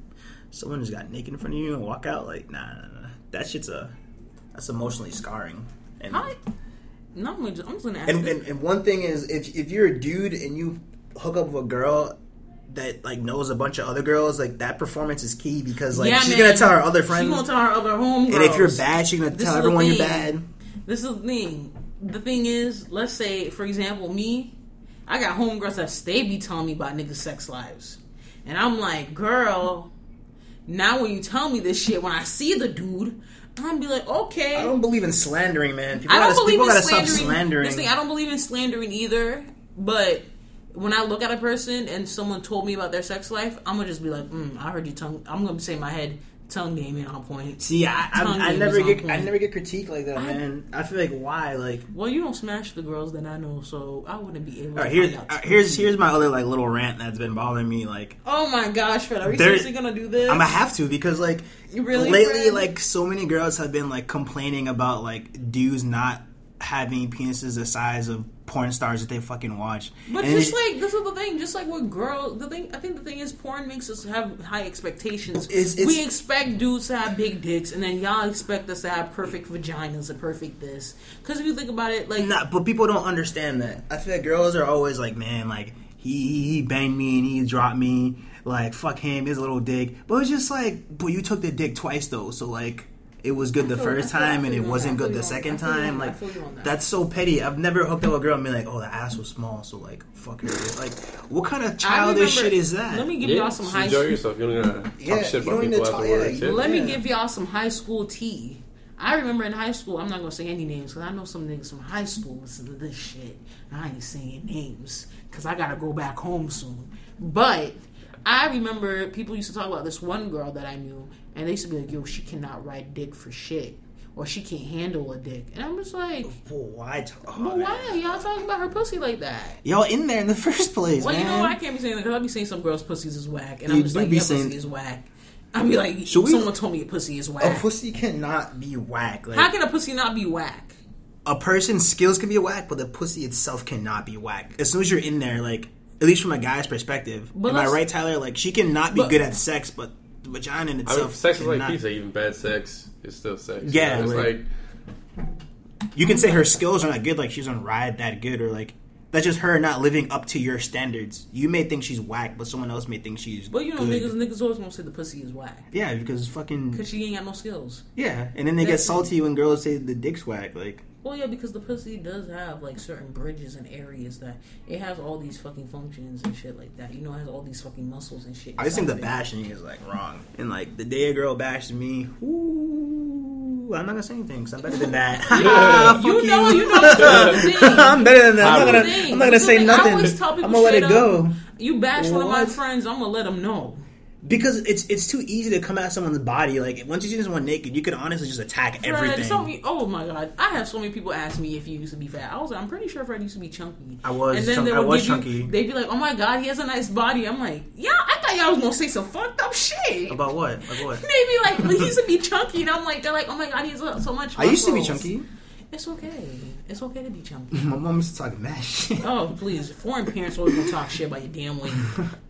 someone just got naked in front of you and walk out. Like, nah, nah, nah. that shit's a, that's emotionally scarring. And I, no, I'm just, I'm just gonna ask. And, this. and and one thing is, if if you're a dude and you hook up with a girl that like knows a bunch of other girls, like that performance is key because like Yeah, she's man. gonna tell her other she friends, gonna tell her other homegirls. and if you're bad, she's gonna is tell the everyone you're thing. bad. This is the thing. The thing is, let's say, for example, me, I got homegirls that stay be telling me about niggas' sex lives. And I'm like, girl, now when you tell me this shit, when I see the dude, I'm gonna be like, okay. I don't believe in slandering, man. People I don't gotta, believe people in gotta slandering. stop slandering. This thing, I don't believe in slandering either, but when I look at a person and someone told me about their sex life, I'm gonna just be like, mm, I heard you tongue. I'm gonna say in my head tongue game ain't on point. See, I, I, Tongue I game never is on get I point. never get critiqued like that, man. I feel like why like Well, you don't smash the girls that I know, so I wouldn't be able. all right, to here's find all out. right, here's here's my other like little rant that's been bothering me. Like Oh my gosh, Fred, are you There- seriously gonna do this? I'm gonna have to because like You really, lately, Fred? like so many girls have been like complaining about like dudes not having penises the size of porn stars that they fucking watch. But And just it- like this is the thing, just like with girls, the thing I think the thing is, porn makes us have high expectations. It's- it's- we expect dudes to have big dicks, and then y'all expect us to have perfect vaginas and perfect this. Because if you think about it, like Nah, but people don't understand that. I feel like girls are always like, man, like he he- he banged me and he dropped me. Like fuck him, his little dick. But it's just like, but you took the dick twice though, so like it was good the feel- first I feel- I time feel and you it on wasn't that. I good the feel you on second that. I feel you time. on that. I Like feel you on that. that's so petty. I've never hooked up with a girl and been like, oh, the ass was small, so like fuck her. Like what kind of I remember- childish shit is that? Let me give Yeah, y'all some just high. enjoy yourself. You don't gotta talk Yeah, shit you about don't need people to talk- afterwards. yeah, yeah. you- Let Yeah. me give y'all some high school tea. I remember in high school, I'm not gonna say any names because I know some niggas from high school listen to this shit. I ain't saying names because I gotta go back home soon. But I remember people used to talk about this one girl that I knew, and they used to be like, "Yo, she cannot ride dick for shit, or she can't handle a dick." And I'm just like, Well, why? Talk, oh, "But man. why y'all talking about her pussy like that?" Y'all in there in the first place, Well, man. you know what? I can't be saying that because I be saying some girls' pussies is whack, and You I'm just do like, be "Your saying- pussy is whack." I be like, Should we- "Someone told me your pussy is whack." a pussy cannot be whack. Like, How can a pussy not be whack? a person's skills can be whack, but the pussy itself cannot be whack. As soon as you're in there, like at least from a guy's perspective, But am I let's- right, Tyler? Like she cannot be But- good at sex, but the vagina in I itself, mean, sex is like cannot- pizza. Even bad sex is still sex. Yeah, you know? it's like- like You can say her skills are not good, like she doesn't ride that good, or like that's just her not living up to your standards. You may think she's whack, but someone else may think she's. But you know, good. niggas, niggas always gonna say the pussy is whack Yeah, because fucking because she ain't got no skills. yeah, and then they get That's- salty when girls say the dick's whack. Like Well, yeah, because the pussy does have like certain bridges and areas that it has all these fucking functions and shit like that. You know, it has all these fucking muscles and shit. I just think the inside of it. bashing is like wrong, and like the day a girl bashes me, ooh, I'm not gonna say anything 'cause I'm better than that. Ah, You fuck know, you know, that's the thing. I'm better than that. I'm not gonna, That's the thing. I'm not gonna That's the say thing. I nothing. always tell I'm people gonna let it straight up, go You bash one of my What? friends, I'm gonna let them know. because it's it's too easy to come at someone's body. Like once you see someone naked, you could honestly just attack Fred, everything. so many- oh my god, I have so many people ask me if you used to be fat. I was like, I'm pretty sure Fred used to be chunky. I was chunk- they I would was give you- chunky. They'd be like, oh my god, he has a nice body. I'm like, yeah, I thought y'all was gonna say some fucked up shit. About what? Like what? Maybe like he used to be chunky, and I'm like, they're like, oh my god, he has uh, so much. I used to be muscles." chunky. It's okay. It's okay to be chunky. My mom used to talk mad shit. Oh please, foreign parents always gonna talk shit about your damn weight.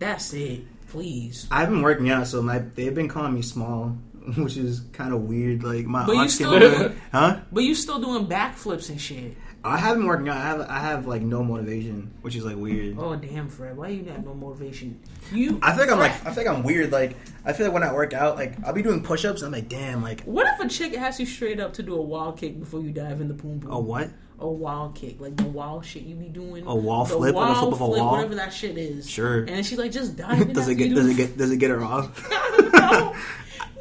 That's it. Please. I've been working out, so my they've been calling me small, which is kind of weird. Like my But you aunts came still- over, huh? But you still doing backflips and shit. I have been working out. I have I have like no motivation, which is like weird. Oh damn, Fred, why you have no motivation? You. I think I'm Fred, like I think I'm weird. Like I feel like when I work out, like I'll be doing push-ups. I'm like, damn, like What if a chick asks you straight up to do a wall kick before you dive in the poom poom? a what? A wall kick, like the wall shit you be doing. A wall The flip or the wall flip of a wall? whatever that shit is. Sure. And then she's like, just dive in. does it after get you does do it get does it get her off? no.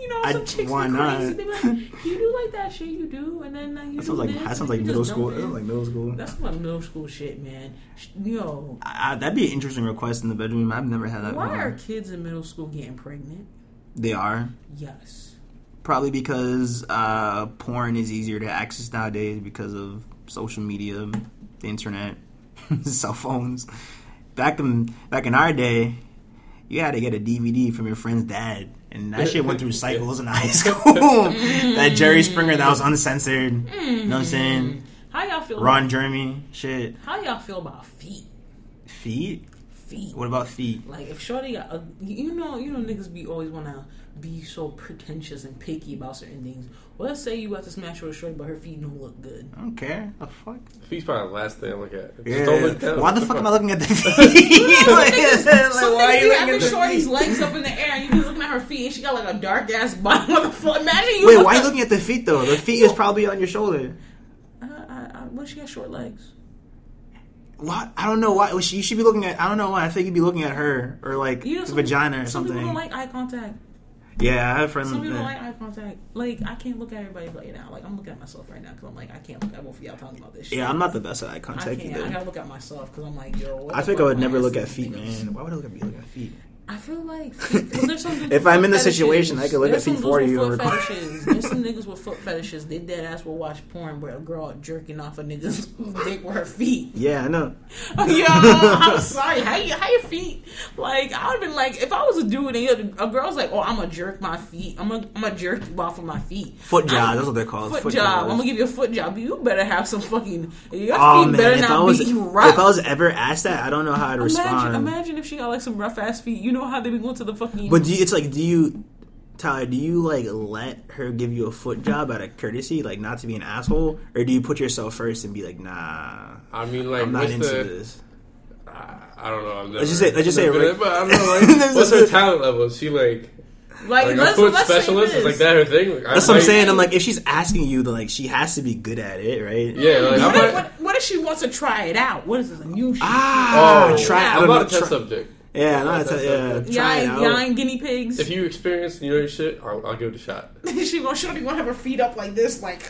You know, I- some chicks why be not? crazy. They be like, you do like that shit you do, and then uh, That you do sounds like this, that and sounds then like you middle just school. dump That sounds in." like middle school. That's some like middle school shit, man. Sh- Yo, I, that'd be an interesting request in the bedroom. I've never had that. why are before. kids in middle school getting pregnant? They are Yes. probably because uh, porn is easier to access nowadays because of social media, the internet, cell phones. Back in back in our day, you had to get a DVD from your friend's dad, and that shit went through cycles in high school. that Jerry Springer that was uncensored. You know what I'm saying? How y'all feel? Ron Jeremy shit. How y'all feel about feet? Feet? Feet. What about feet? Like if Shorty got, a, you know, you know, niggas be always wanna be so pretentious and picky about certain things. Well, let's say you about to smash with Shorty, but her feet don't look good. I don't care. The fuck? feet's probably the last thing I look at. Just Yeah. don't look down. Why the fuck am I looking at the feet? Like, Some why are niggas be you looking at having the Shorty's feet? legs up in the air, and you be looking at her feet, and she got like a dark ass bottom of the foot. Imagine you. Wait, look why are you up- looking at the feet though? The feet is probably on your shoulder. I, I, I, well, she got short legs. Why? I don't know why. well, she- You should be looking at. I don't know why. I think you'd be looking at her or like You know, the some- vagina or Some something. Mm, people don't like eye contact. Yeah, I have friends. Some people that- like eye contact. Like I can't look at everybody right now. Like I'm looking at myself right now because I'm like I can't look at both of y'all talking about this. Shit. yeah, I'm not the best at eye I contact can't. I either. gotta look at myself because I'm like yo. what I the think I fuck would am never look asking at feet, these niggas? man. Why would I look at me looking at feet? I feel like 'cause there's some dudes If with I'm in the foot situation, I could look There's at some feet dudes for with you foot and record. fetishes. There's some niggas with foot fetishes. They dead ass will watch porn where a girl jerking off a nigga's dick with her feet. Yeah, I know. Yo, I'm sorry. How you, how your feet? Like I would have been like, if I was a dude and you had a girl's like, oh, I'm gonna jerk my feet. I'm gonna I'm gonna jerk you off with my feet. Foot job. I- That's what they're called. Foot, Foot job. jobs. I'm gonna give you a foot job. You better have some fucking. Your Oh feet man, better if not I was be if rough. I was ever asked that, I don't know how I'd imagine, respond. imagine if she got like some rough ass feet. You know how they be going to the fucking. But do you, it's like, do you, Tyler? Do you like let her give you a foot job out of courtesy, like not to be an asshole, or do you put yourself first and be like, nah, I mean, like, I'm not what's into the? this? I, I don't know. I've never, Let's just say- let's just say, never been like- there, but I don't know. Like, what's her Let's- talent level? Is she like like, like a let's, foot let's specialist? Say Is this. like that her thing? I, That's what I'm like- saying. I'm like, if she's asking you, then like she has to be good at it, right? Yeah, like, What I'm if, like, what, what if she wants to try it out? What is this a new shit? Ah, oh, try. I I'm don't not know. a test Try, subject. yeah, I'm not a not a test. Yeah, test try it Y'all ain't- y'all out. ain't guinea pigs. If you experience, you know your shit. I'll, I'll give it a shot. she gonna shorty gonna have her feet up like this, like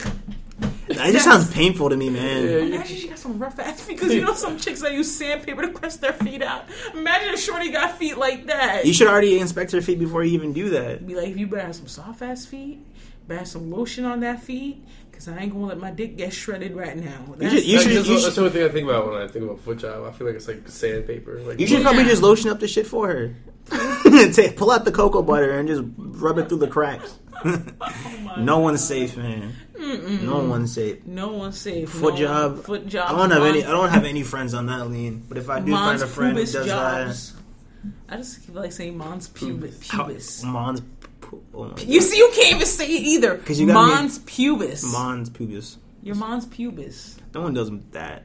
It just sounds painful to me, Yeah, man. you- imagine she got some rough ass because you know some chicks that use sandpaper to press their feet out. Imagine if shorty got feet like that. You should already inspect her feet before you even do that. Be like, you better have some soft ass feet, better have some lotion on that feet, cause I ain't gonna let my dick get shredded right now. You That's- should. You Like, should. that's, You what- should. that's the only thing I think about when I think about foot job. I feel like it's like sandpaper. Like, You should probably just lotion up the shit for her. Take, pull out the cocoa butter and just rub it through the cracks. no one's safe, man. No one's safe. no one's safe. Foot No job. one- Foot job. I don't have any. I don't have any friends on that lean. But if I do find Mons a friend who pubis does jobs. I just keep like saying Mons pubis. that, pubis. How- Mons. pu- oh my God. You see, you can't even say it either. 'Cause you got me- Mons pubis. Mons pubis. Your Mons pubis. No one does that.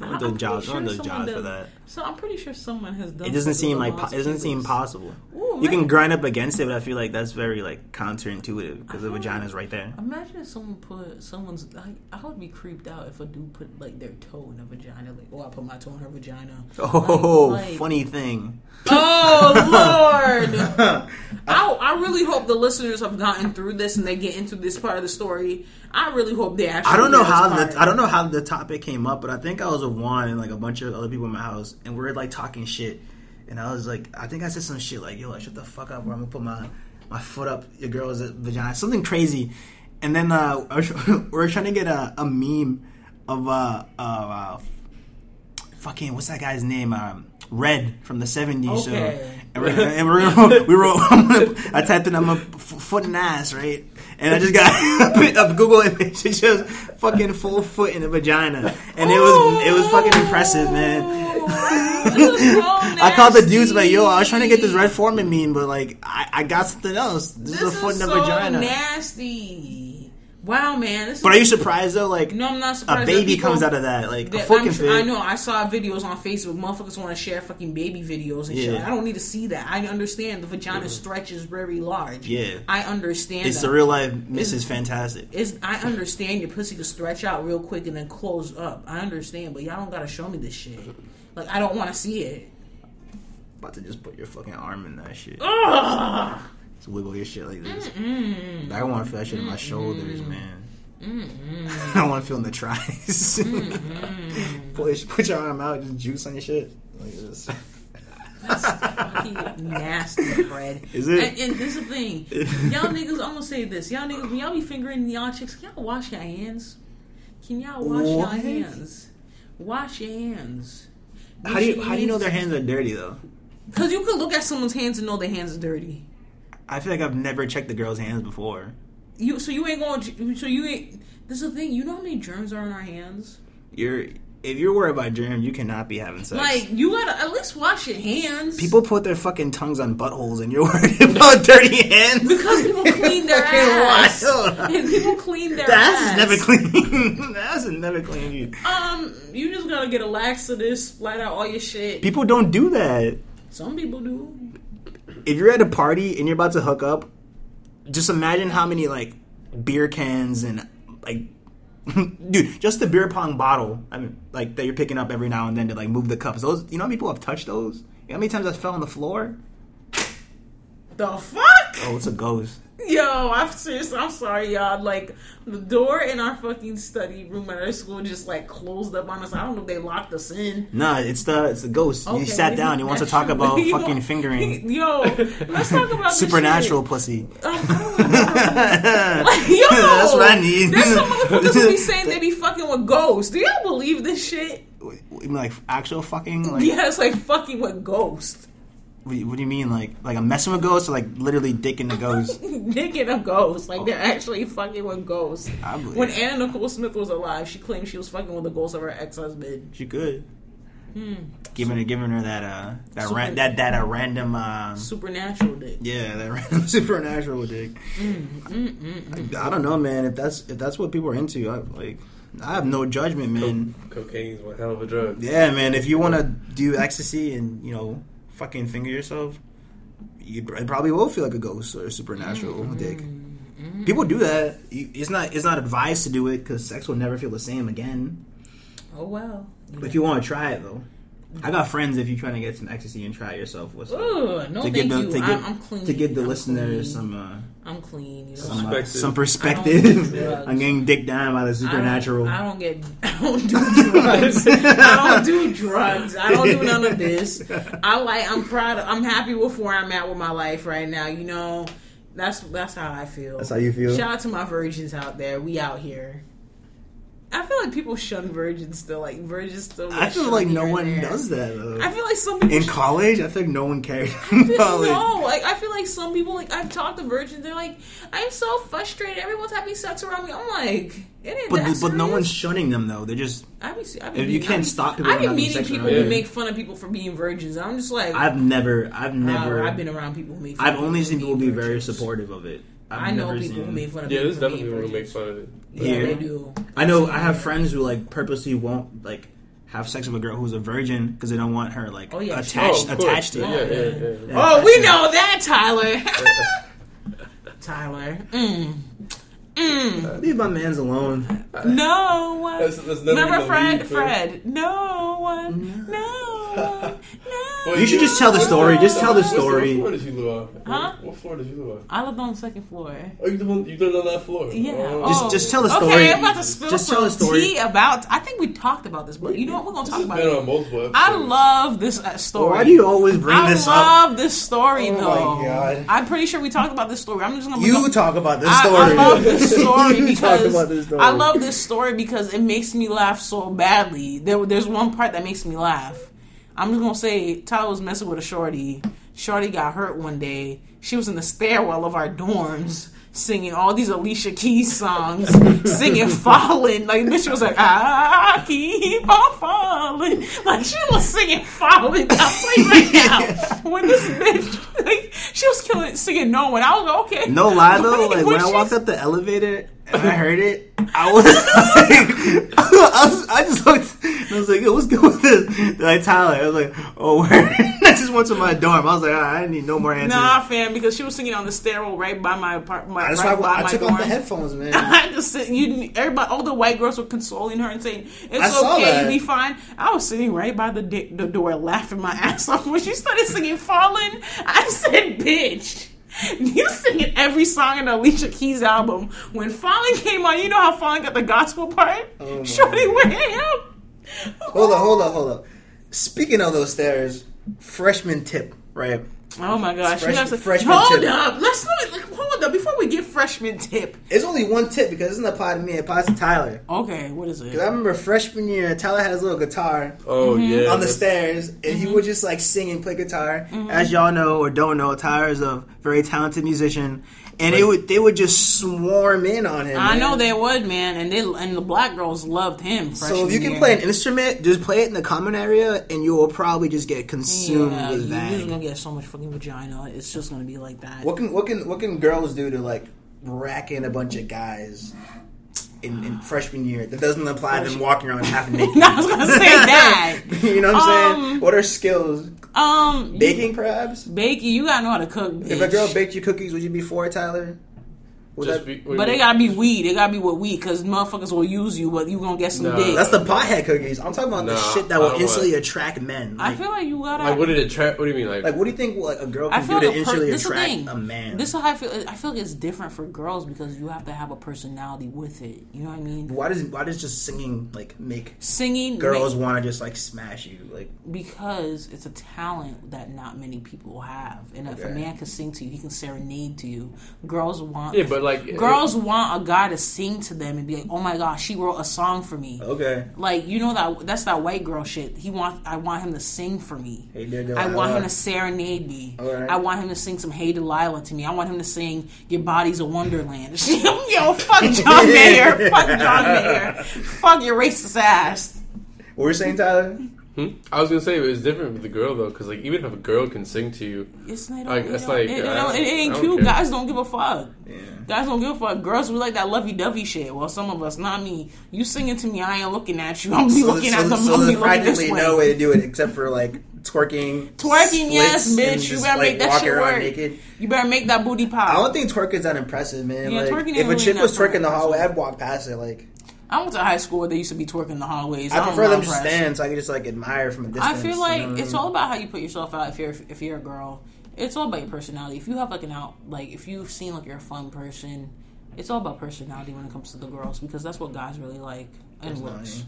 No one does I'm jobs. pretty no one does sure someone jobs for does- that. So I'm pretty sure someone has done. It doesn't something seem with a like po- it Mons doesn't seem pubis. possible. Ooh, You can imagine- grind up against it, but I feel like that's very like counterintuitive because the Uh-huh. vagina's right there. Imagine if someone put someone's. Like, I would be creeped out if a dude put like their toe in a vagina. Like, oh, I put my toe in her vagina. Oh, Like- like- funny thing. Oh Lord! I, I really hope the listeners have gotten through this and they get into this part of the story. I really hope they actually. I don't know get this how part. the I don't know how the topic came up, but I think I was with Juan and like a bunch of other people in my house, and we are like talking shit, and I was like, I think I said some shit like, "Yo, like, shut the fuck up," or I'm gonna put my my foot up your girl's vagina, something crazy, and then uh, I was- we we're trying to get a, a meme of uh, uh, uh fucking what's that guy's name? Um, Red from the '70s show. Okay. And we're, and we're gonna, we wrote, I'm gonna, I typed in, I'm a f- foot and ass, right? And I just got up Google image. It shows fucking full foot in a vagina, and it was it was fucking impressive, man. I called the dudes like, yo, I was trying to get this Red Foreman meme, but like, I, I got something else. This, This is a foot is in a so vagina. nasty. Wow, man. This But are is, you surprised though? Like, No, I'm not surprised. a baby that people- comes out of that, like a that- fucking I'm sure- I fit. know. I saw videos on Facebook. Motherfuckers want to share fucking baby videos and shit. Yeah. I don't need to see that. I understand the vagina stretches very large. Yeah. I understand. It's that. the real life Mrs. Fantastic. It's, I understand your pussy can stretch out real quick and then close up. I understand, but y'all don't gotta show me this shit. Like I don't want to see it. About to just put your fucking arm in that shit. Ugh. Just wiggle your shit like this. Mm, I want to feel that shit in my shoulders, man. mm, I want to feel in the tries. Push, put your arm out, just juice on your shit. Like this. Fucking mm. nasty, Fred. Is it? And, and this is the thing, y'all niggas. I'm gonna say this, y'all niggas. When y'all be fingering y'all chicks, can y'all wash your hands? Can y'all wash your What? hands? Wash your hands. How do you how do you know their hands are dirty though? Because you could look at someone's hands and know their hands are dirty. I feel like I've never checked the girl's hands before. You so you ain't going. So you ain't. This is the thing. You know how many germs are on our hands. You're if you're worried about germs, you cannot be having sex. Like you gotta at least wash your hands. People put their fucking tongues on buttholes, and you're worried about dirty hands because people clean their Fucking ass. wild. And people clean their The ass ass. is never clean. the ass is never clean. Um, you just gotta get a laxative, splat out all your shit. People don't do that. Some people do. if you're at a party and you're about to hook up, just imagine how many like beer cans and like dude, just the beer pong bottle, I mean like that you're picking up every now and then to like move the cups. Those you know how many people have touched those? You know how many times I fell on the floor? The fuck? Oh, it's a ghost. Yo, I'm serious. I'm sorry, y'all. Like the door in our fucking study room at our school just like closed up on us. I don't know if they locked us in. Nah, it's the it's the ghost. Okay, you sat down. You want to talk about You fucking want- fingering Yo, let's talk about this supernatural pussy. shit. Um, I don't That's know. Yo, what I need. There's some motherfuckers who be saying they be fucking with ghosts. Do y'all believe this shit? like actual fucking. Like, Yeah, it's like fucking with ghosts. what, do you- what do you mean? Like like I'm messing with ghosts or like literally dick in the ghost? Digging a ghost. Like they're actually fucking with ghosts. I believe. When Anna Nicole Smith was alive, she claimed she was fucking with the ghost of her ex husband. she could. Giving her giving her that uh that Super- ran, that that uh, random um Supernatural dick. yeah that random supernatural dick. Hmm. I, I don't know, man. If that's if that's what people are into, I, like I have no judgment, man. Cocaine's one hell of a drug. Yeah, man. If you want to do ecstasy and you know fucking finger yourself, you pr- it probably will feel like a ghost or a supernatural dick. People do that. You- It's not it's not advised to do it because sex will never feel the same again. Oh well. But if you want to try it though, I got friends. If you're trying to get some ecstasy and try it yourself, what's up? Ugh, to no thank give the, you. to I'm, give, I'm clean. to give the I'm listeners clean. some uh, I'm clean. You know? some, uh, Perspective. some I don't do perspective. drugs. I'm getting dick down by the supernatural. I don't, I don't get. I don't do drugs. I don't do drugs. I don't do none of this. I like. I'm proud. Of, I'm happy with where I'm at with my life right now. You know, that's that's how I feel. That's how you feel. Shout out to my virgins out there. We out here. I feel like people shun virgins still. Like virgins still. I feel shun like here no and one there. does that. Though. I feel like some people in college, I think no one cared. feel- College. No, like I feel like some people like I've talked to virgins. They're like, I'm so frustrated. Everyone's having sex around me. I'm like, it ain't But that but no serious. one's shunning them though. They're just I be, se- I be If you meeting- can't I be, stop people I be from having meeting sex people around who you. make fun of people for being virgins. I'm just like, I've I've never I've never I've been around people who make. fun I've of only people seen for people be being very virgins. supportive of it. I've I know never people who seen- make fun of Yeah, people there's for being definitely people who virgins. make fun of it. Yeah, Yeah. they do. I know I have friends who like purposely won't like have sex with a girl who's a virgin because they don't want her like Oh, yeah, attached Oh, of course. attached to Yeah, it. yeah, yeah. yeah. Oh, that's we it. know that, Tyler. Tyler, mm. Mm. Leave my man's alone. no That's- that's never Remember gonna Fred? leave, Fred. No one. No one. No. You should just tell the story. Just tell the What's- what story. floor did you live on? Huh? What floor did you live on? I lived on the second floor. Oh, you live on, you lived on that floor. Yeah. Oh. Just- Oh. just tell the Okay, story. I'm about to spill Just some tell the story. tea about. I think we talked about this, but you know what? We're gonna This talk has about been it. on multiple episodes. I love this uh, story. Why do you always bring I this up? love this story, Oh my though. God. I'm pretty sure we talked about this story. I'm just gonna. bring You up- talk about this I, story. I love this story you talk because about this story. I love this story because it makes me laugh so badly. There, there's one part that makes me laugh. I'm just gonna say Tyler was messing with a shorty. Shorty got hurt one day. She was in the stairwell of our dorms singing all these Alicia Keys songs, singing "Falling." Like bitch was like, "I keep on falling." Like she was singing "Falling." I'm like right now when this bitch, like she was killing singing "No One." I was like, okay, No lie though, When like when I she's- walked up the elevator and I heard it, I was like, I, was, I just looked, and I was like, yo, what's good with this? Like Tyler, I was like, oh, word. I just went to my dorm. I was like, all right, I didn't need no more answers. Nah, fam, because she was singing on the stairwell right by my apartment. Right That's why by I, my took dorm. off the headphones, man. I just sit, you, everybody, all the white girls were consoling her and saying, I "It's saw okay, that. we fine." I was sitting right by the, di- the door, laughing my ass off when she started singing "Falling." I said, "Bitch." You singing every song in the Alicia Keys album. When Falling came on, you know how Falling got the gospel part? Oh my Shorty went ham. hold up, hold up, hold up. Speaking of those stairs, freshman tip, right? Oh my gosh. Fresh- you guys- freshman hold tip. up. Let's not, like, hold up. Before we get freshman tip, It's only one tip because it's not part of me, it applies to Tyler. Okay, what is it? 'Cause I remember freshman year, Tyler had his little guitar. Oh yeah. on the that's- stairs, and he would Mm-hmm. just like sing and play guitar. As y'all know or don't know, Tyler is a very talented musician, and they would they would just swarm in on him. I man. know they would, man, and they and the black girls loved him. So if you can play an instrument, just play it in the common area, and you will probably just get consumed yeah, with you're just gonna that. get so much fucking vagina. It's just gonna be like that. What can what can what can girls do to like rack in a bunch of guys? In, in freshman year, that doesn't apply to them walking around half naked. I was gonna say that. you know what I'm Um, saying? What are skills? Um, you, Baking, perhaps. baking, you gotta know how to cook. If a girl bitch. baked you cookies, would you be for it, Tyler? Was Just that- be, wait, But wait. it gotta be weed. It gotta be with weed, cause motherfuckers will use you, but you gonna get some Nah. dick. that's the pothead cookies. I'm talking about the Nah, shit that I will don't instantly want- attract men. Like, I feel like you gotta. like what did it attract? What do you mean? Like, like, what do you think like a girl I can feel do to like a per- instantly this is the attract thing. a man? This is how I feel. I feel like it's different for girls because you have to have a personality with it. You know what I mean? why does why does just singing like make Singing girls want to just like smash you? Like because it's a talent that not many people have. And if a Okay. man can sing to you, he can serenade to you. Girls want yeah, but like girls want a guy to sing to them and be like, "Oh my gosh, she wrote a song for me." okay, Like you know that that's that white girl shit. He want I want him to sing for me. Hey, Delilah. I want him to serenade me. Alright. I want him to sing some Hey Delilah to me. I want him to sing Your Body's a Wonderland. Yo, fuck John Mayer. fuck John Mayer. Fuck your racist ass. what were you saying, Tyler? Hmm? I was gonna say it's different with the girl though, because like even if a girl can sing to you, It's not. Like, it, that's don't- like, it, it I don't- it ain't don't cute. care. Guys don't give a fuck. Yeah. Guys don't give a fuck. Girls, we like that lovey dovey shit. Well, some of us, not me. You singing to me, I ain't looking at you. I'm be looking at so, them. so I'm there's be looking this practically way. no way to do it except for like twerking, Twerking, yes, splits, and bitch. You just, better like, make that walk shit around work. naked. You better make that booty pop. I don't think twerking's that impressive, man. Yeah, like, twerking if ain't a really chick was that twerking in the impressive. hallway, I'd walk past it. Like, I went to high school where they used to be twerking in the hallways. I don't prefer them to impressed. stand so I can just like admire from a distance. I feel you like know what I it's mean? all about how you put yourself out. If you're if you're a girl, it's all about your personality. If you have like an out, like if you seem like you're a fun person, it's all about personality when it comes to the girls because that's what guys really like and looks.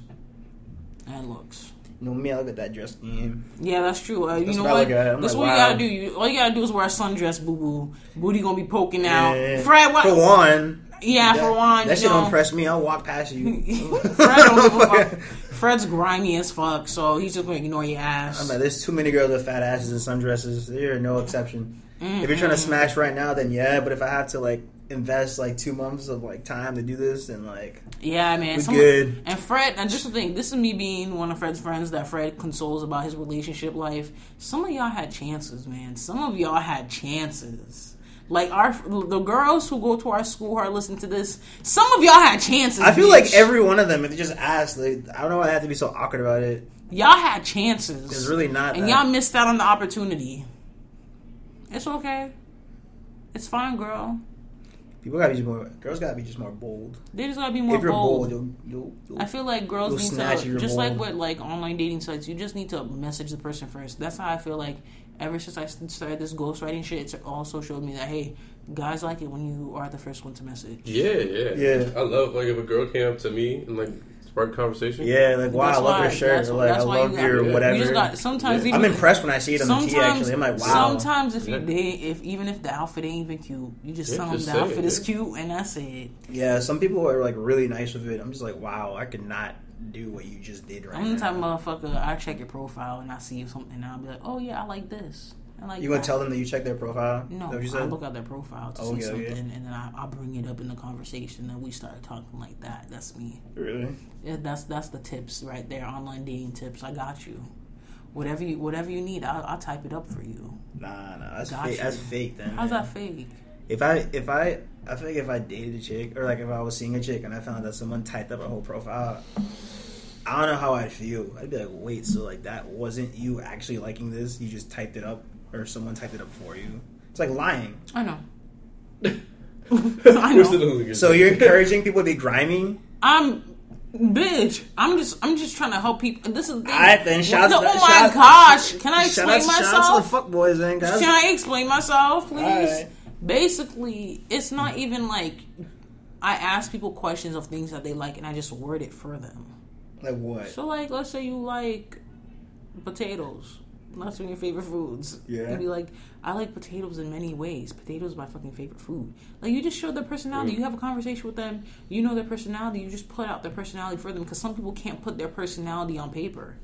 And looks. You know me, I look at that dress game. Yeah, that's true. Uh, you That's know what I what? look at. I'm This is like, what you wow. gotta do. You, all you gotta do is wear a sundress, boo boo. Booty gonna be poking out. Yeah. Fred, what? For one, yeah, for one. that you shit know. don't impress me. I'll walk past you. Fred don't give a fuck. Fred's grimy as fuck, so he's just gonna ignore your I'm ass. like, there's too many girls with fat asses and sundresses. You're no exception. If you're trying to smash right now, then yeah. But if I have to like invest like two months of like time to do this, then like Yeah, man. We some- good. And Fred, and just the thing, this is me being one of Fred's friends that Fred consoles about his relationship life. Some of y'all had chances, man. Some of y'all had chances. Like our the girls who go to our school who are listening to this, some of y'all had chances. I feel bitch. like every one of them, if they just ask, like, I don't know why they have to be so awkward about it. y'all had chances. It's really not. and that. y'all missed out on the opportunity. It's okay. It's fine, girl. people gotta be just more. Girls gotta be just more bold. They just gotta be more if you're bold. bold, you'll, you'll, I feel like girls You'll need snatch your to just ball. like with like online dating sites, you just need to message the person first. That's how I feel like ever since I started this ghostwriting shit, it's also showed me that hey, guys like it when you are the first one to message. yeah, yeah, Yeah. I love like if a girl came up to me and like sparked conversation. yeah, like wow, I That's love why- your shirt. that's- Or, like I that's why you love got- your you whatever. You just got sometimes I'm even impressed when I see it on the sometimes T. Actually, I'm like wow. sometimes if Yeah. you they if even if the outfit ain't even cute, you just Yeah, tell just them say the it, outfit is yeah. cute and that's it. Yeah, some people are like really nice with it. I'm just like wow, I could not do what you just did right I'm the now. type of motherfucker I check your profile and I see something and I'll be like, oh yeah, I like this. I like You gonna that. tell them that you checked their profile? Is No, that what you I said? look at their profile to Oh, yeah, see yeah. something, and then I, I bring it up in the conversation, and we start talking like that. That's me. Really? Yeah, that's that's the tips right there. Online dating tips. I got you. Whatever you whatever you need, I'll, I'll type it up for you. Nah, nah, that's Gotcha. fake. That's fake. Then How's man. that fake? If I if I I feel like if I dated a chick or like if I was seeing a chick and I found that someone typed up her whole profile, I don't know how I'd feel. I'd be like, wait, so like that wasn't you actually liking this? You just typed it up, or someone typed it up for you? It's like lying. I know. I We're still know. looking good. So you're encouraging people to be grimy. I'm. Bitch, I'm just I'm just trying to help people. This is the thing. Alright then, shout No, out to- Oh my shout- gosh, can I explain shout out, shout out to myself? the fuckboys then, guys. Can I explain myself, please? Alright. Basically, it's not even like I ask people questions of things that they like, and I just word it for them. Like what? So, like, let's say you like potatoes. That's one of your favorite foods. Yeah. You'd be like, I like potatoes in many ways. Potatoes is my fucking favorite food. Like, you just show their Mm. personality. You have a conversation with them. You know their personality. You just put out their personality for them because some people can't put their personality on paper.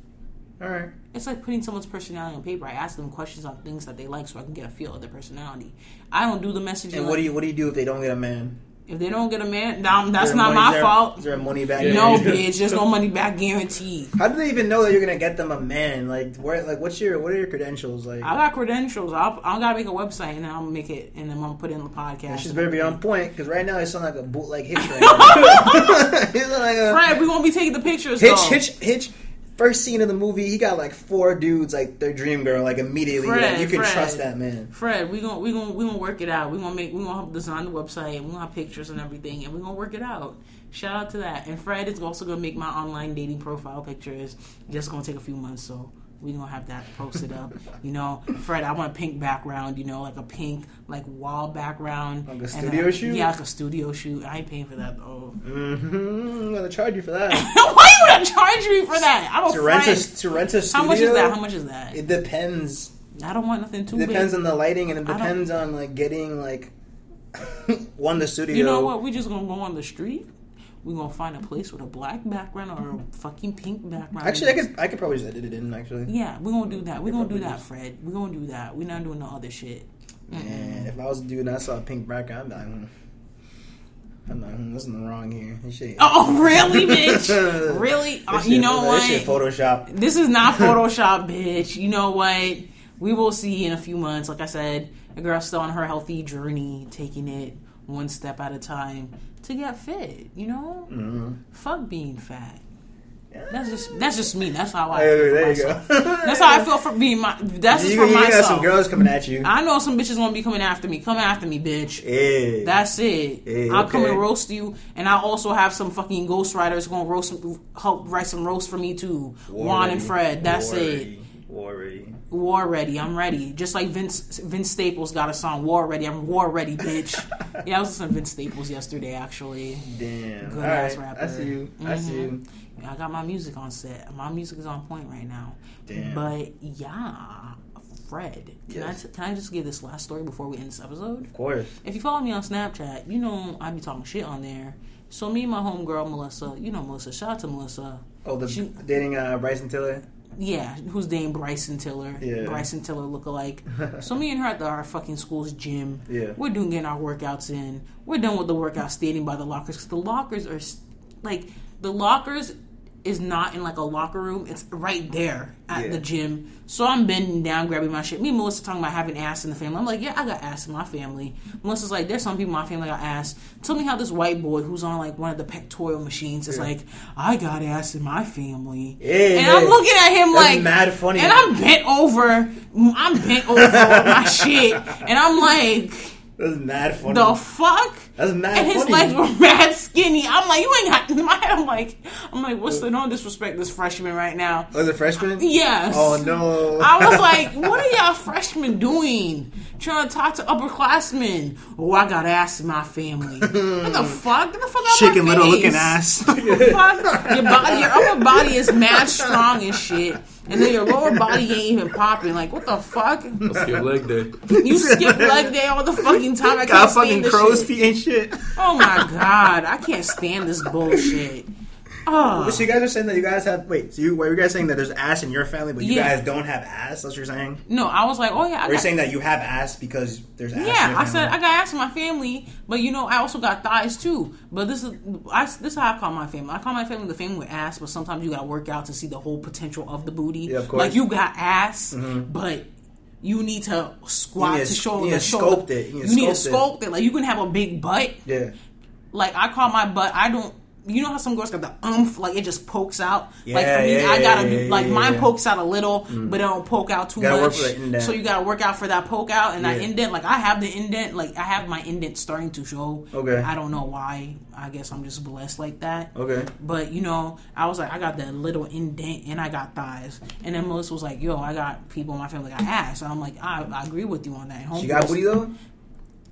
All right. It's like putting someone's personality on paper. I ask them questions on things that they like so I can get a feel of their personality. I don't do the messaging. And what do you what do you do if they don't get a man? If they don't get a man, nah, Is that's there money- is not my there- Is fault. there a money back? Yeah. No, bitch, there's no money back guarantee. How do they even know that you're gonna get them a man? Like, where? Like, what's your what are your credentials? Like, I got credentials. I'll, I gotta make a website and then I'll make it and then I'm gonna put it in the podcast. she's better be on point because right now it sound like a bootleg hitch. Right now. it sound like a Fred, we won't be taking the pictures. hitch, though. hitch, hitch. First scene of the movie, he got like four dudes, like their dream girl, like immediately. Fred, like, you can Fred. trust that man. Fred, we gonna we gonna we gonna work it out. We gonna make we gonna help design the website. We gonna have pictures and everything, and we gonna work it out. Shout out to that. And Fred is also gonna make my online dating profile pictures. Just gonna take a few months, so we gonna have that posted up. You know, Fred, I want a pink background. You know, like a pink like wall background, Like a And, studio shoot? Yeah, like a studio shoot. I ain't paying for that though. Mm-hmm. I'm gonna charge you for that. Why you gonna charge me for that? I'm a to rent a friend. to rent a studio. Oh, How much is that? How much is that? It depends. I don't want nothing too It depends big. on the lighting, and it I don't- depends on like getting like one the studio. You know what? We just gonna go on the street. We gonna find a place with a black background or a fucking pink background. Actually, I could I could probably just edit it in. Actually, Yeah, we gonna do that. We gonna do that, Fred. We gonna do that. We're not doing the other shit. Man, if I was a dude and I saw a pink background, I'd be like, hmm. I'm like, hmm, there's nothing wrong here. This shit. Oh really, bitch? really? Uh, This you shit- know This shit what? Photoshop. This is not Photoshop, bitch. You know what? We will see in a few months. Like I said, a girl's still on her healthy journey, taking it one step at a time to get fit. You know, Mhm. fuck being fat. That's just that's just me. That's how Hey, I. feel for there you myself. go. That's how I feel for being my. That's just You, for you got myself. some girls coming at you. I know some bitches gonna be coming after me. Come after me, bitch. yeah. That's it. Hey, I'll come okay. and roast you, and I also have some fucking ghost writers gonna roast, help write some roast for me too. Juan and Fred. That's it. War ready. War ready. I'm ready. Just like Vince Vince Staples got a song. War ready. I'm war ready, bitch. yeah, I was listening to Vince Staples yesterday. Actually, Damn. Good All ass right. rapper. Mm-hmm. I see you. I see you. I got my music on set. My music is on point right now. Damn. But yeah, Fred, can I Yes. t- can I just give this last story before we end this episode? Of course. If you follow me on Snapchat, you know I be talking shit on there. So me and my homegirl Melissa, you know Melissa. Shout out to Melissa. Oh, the She- dating uh, Bryson Tiller. Yeah, who's named Bryson Tiller. Yeah. Bryson Tiller lookalike. so me and her at the, our fucking school's gym. Yeah. We're doing getting our workouts in. We're done with the workout standing by the lockers 'cause the lockers are s- like the lockers is not in like a locker room. It's right there at Yeah. the gym. So I'm bending down, grabbing my shit. Me and Melissa talking about having ass in the family. I'm like, yeah, I got ass in my family. Melissa's like, there's some people in my family got ass. Tell me how this white boy who's on like one of the pectoral machines is like, I got ass in my family. Yeah, and I'm yeah. looking at him That's like mad funny. And I'm bent over. I'm bent over with my shit, and I'm like, That's mad funny. the fuck. That's mad And his funny. legs were mad skinny. I'm like, you ain't got in my head. I'm like, I'm like, what's the no disrespect this freshman right now? oh, the freshman. Yes. Oh no. I was like, what are y'all freshmen doing? Trying to talk to upperclassmen. Oh, I got ass in my family. What the fuck? Get the fuck out Chicken my Little face. looking ass. Fuck. Your body, your upper body is mad strong and shit. And then your lower body ain't even popping. Like, what the fuck? Let's get leg day. You skip leg day all the fucking time. I can't got stand fucking this crow's shit. feet and shit. Oh my god, I can't stand this bullshit. Oh, So you guys are saying that you guys have wait. So you were you guys saying that there's ass in your family, but you Yeah. guys don't have ass? That's what you're saying. no, I was like, oh yeah, I Or you're got, saying that you have ass because there's ass. in yeah. your I said family? I got ass in my family, but you know, I also got thighs too. But this is I, this is how I call my family. I call my family the family with ass, but sometimes you got to work out to see the whole potential of the booty. Yeah, of course. Mm-hmm. Like you got ass, but. You need to squat You need to to- show you need the to show. sculpt it. You need to you need to sculpt it. sculpt it. Like you can have a big butt, Yeah. like I call my butt. I don't. You know how some girls got the umph, like it just pokes out. like Yeah, for me, yeah, I gotta yeah, be yeah, like yeah, mine yeah. Mm. pokes out a little, but it don't poke out too Gotta work much. for that indent. So you gotta work out for that poke out and that Yeah. indent. Like I have the indent, like I have my indent starting to show. Okay. I don't know why. I guess I'm just blessed like that. Okay. But you know, I was like, I got that little indent and I got thighs. And then Melissa was like, Yo, I got people in my family got ass. And I'm like, I, I agree with you on that. She got Homegirls- booty though.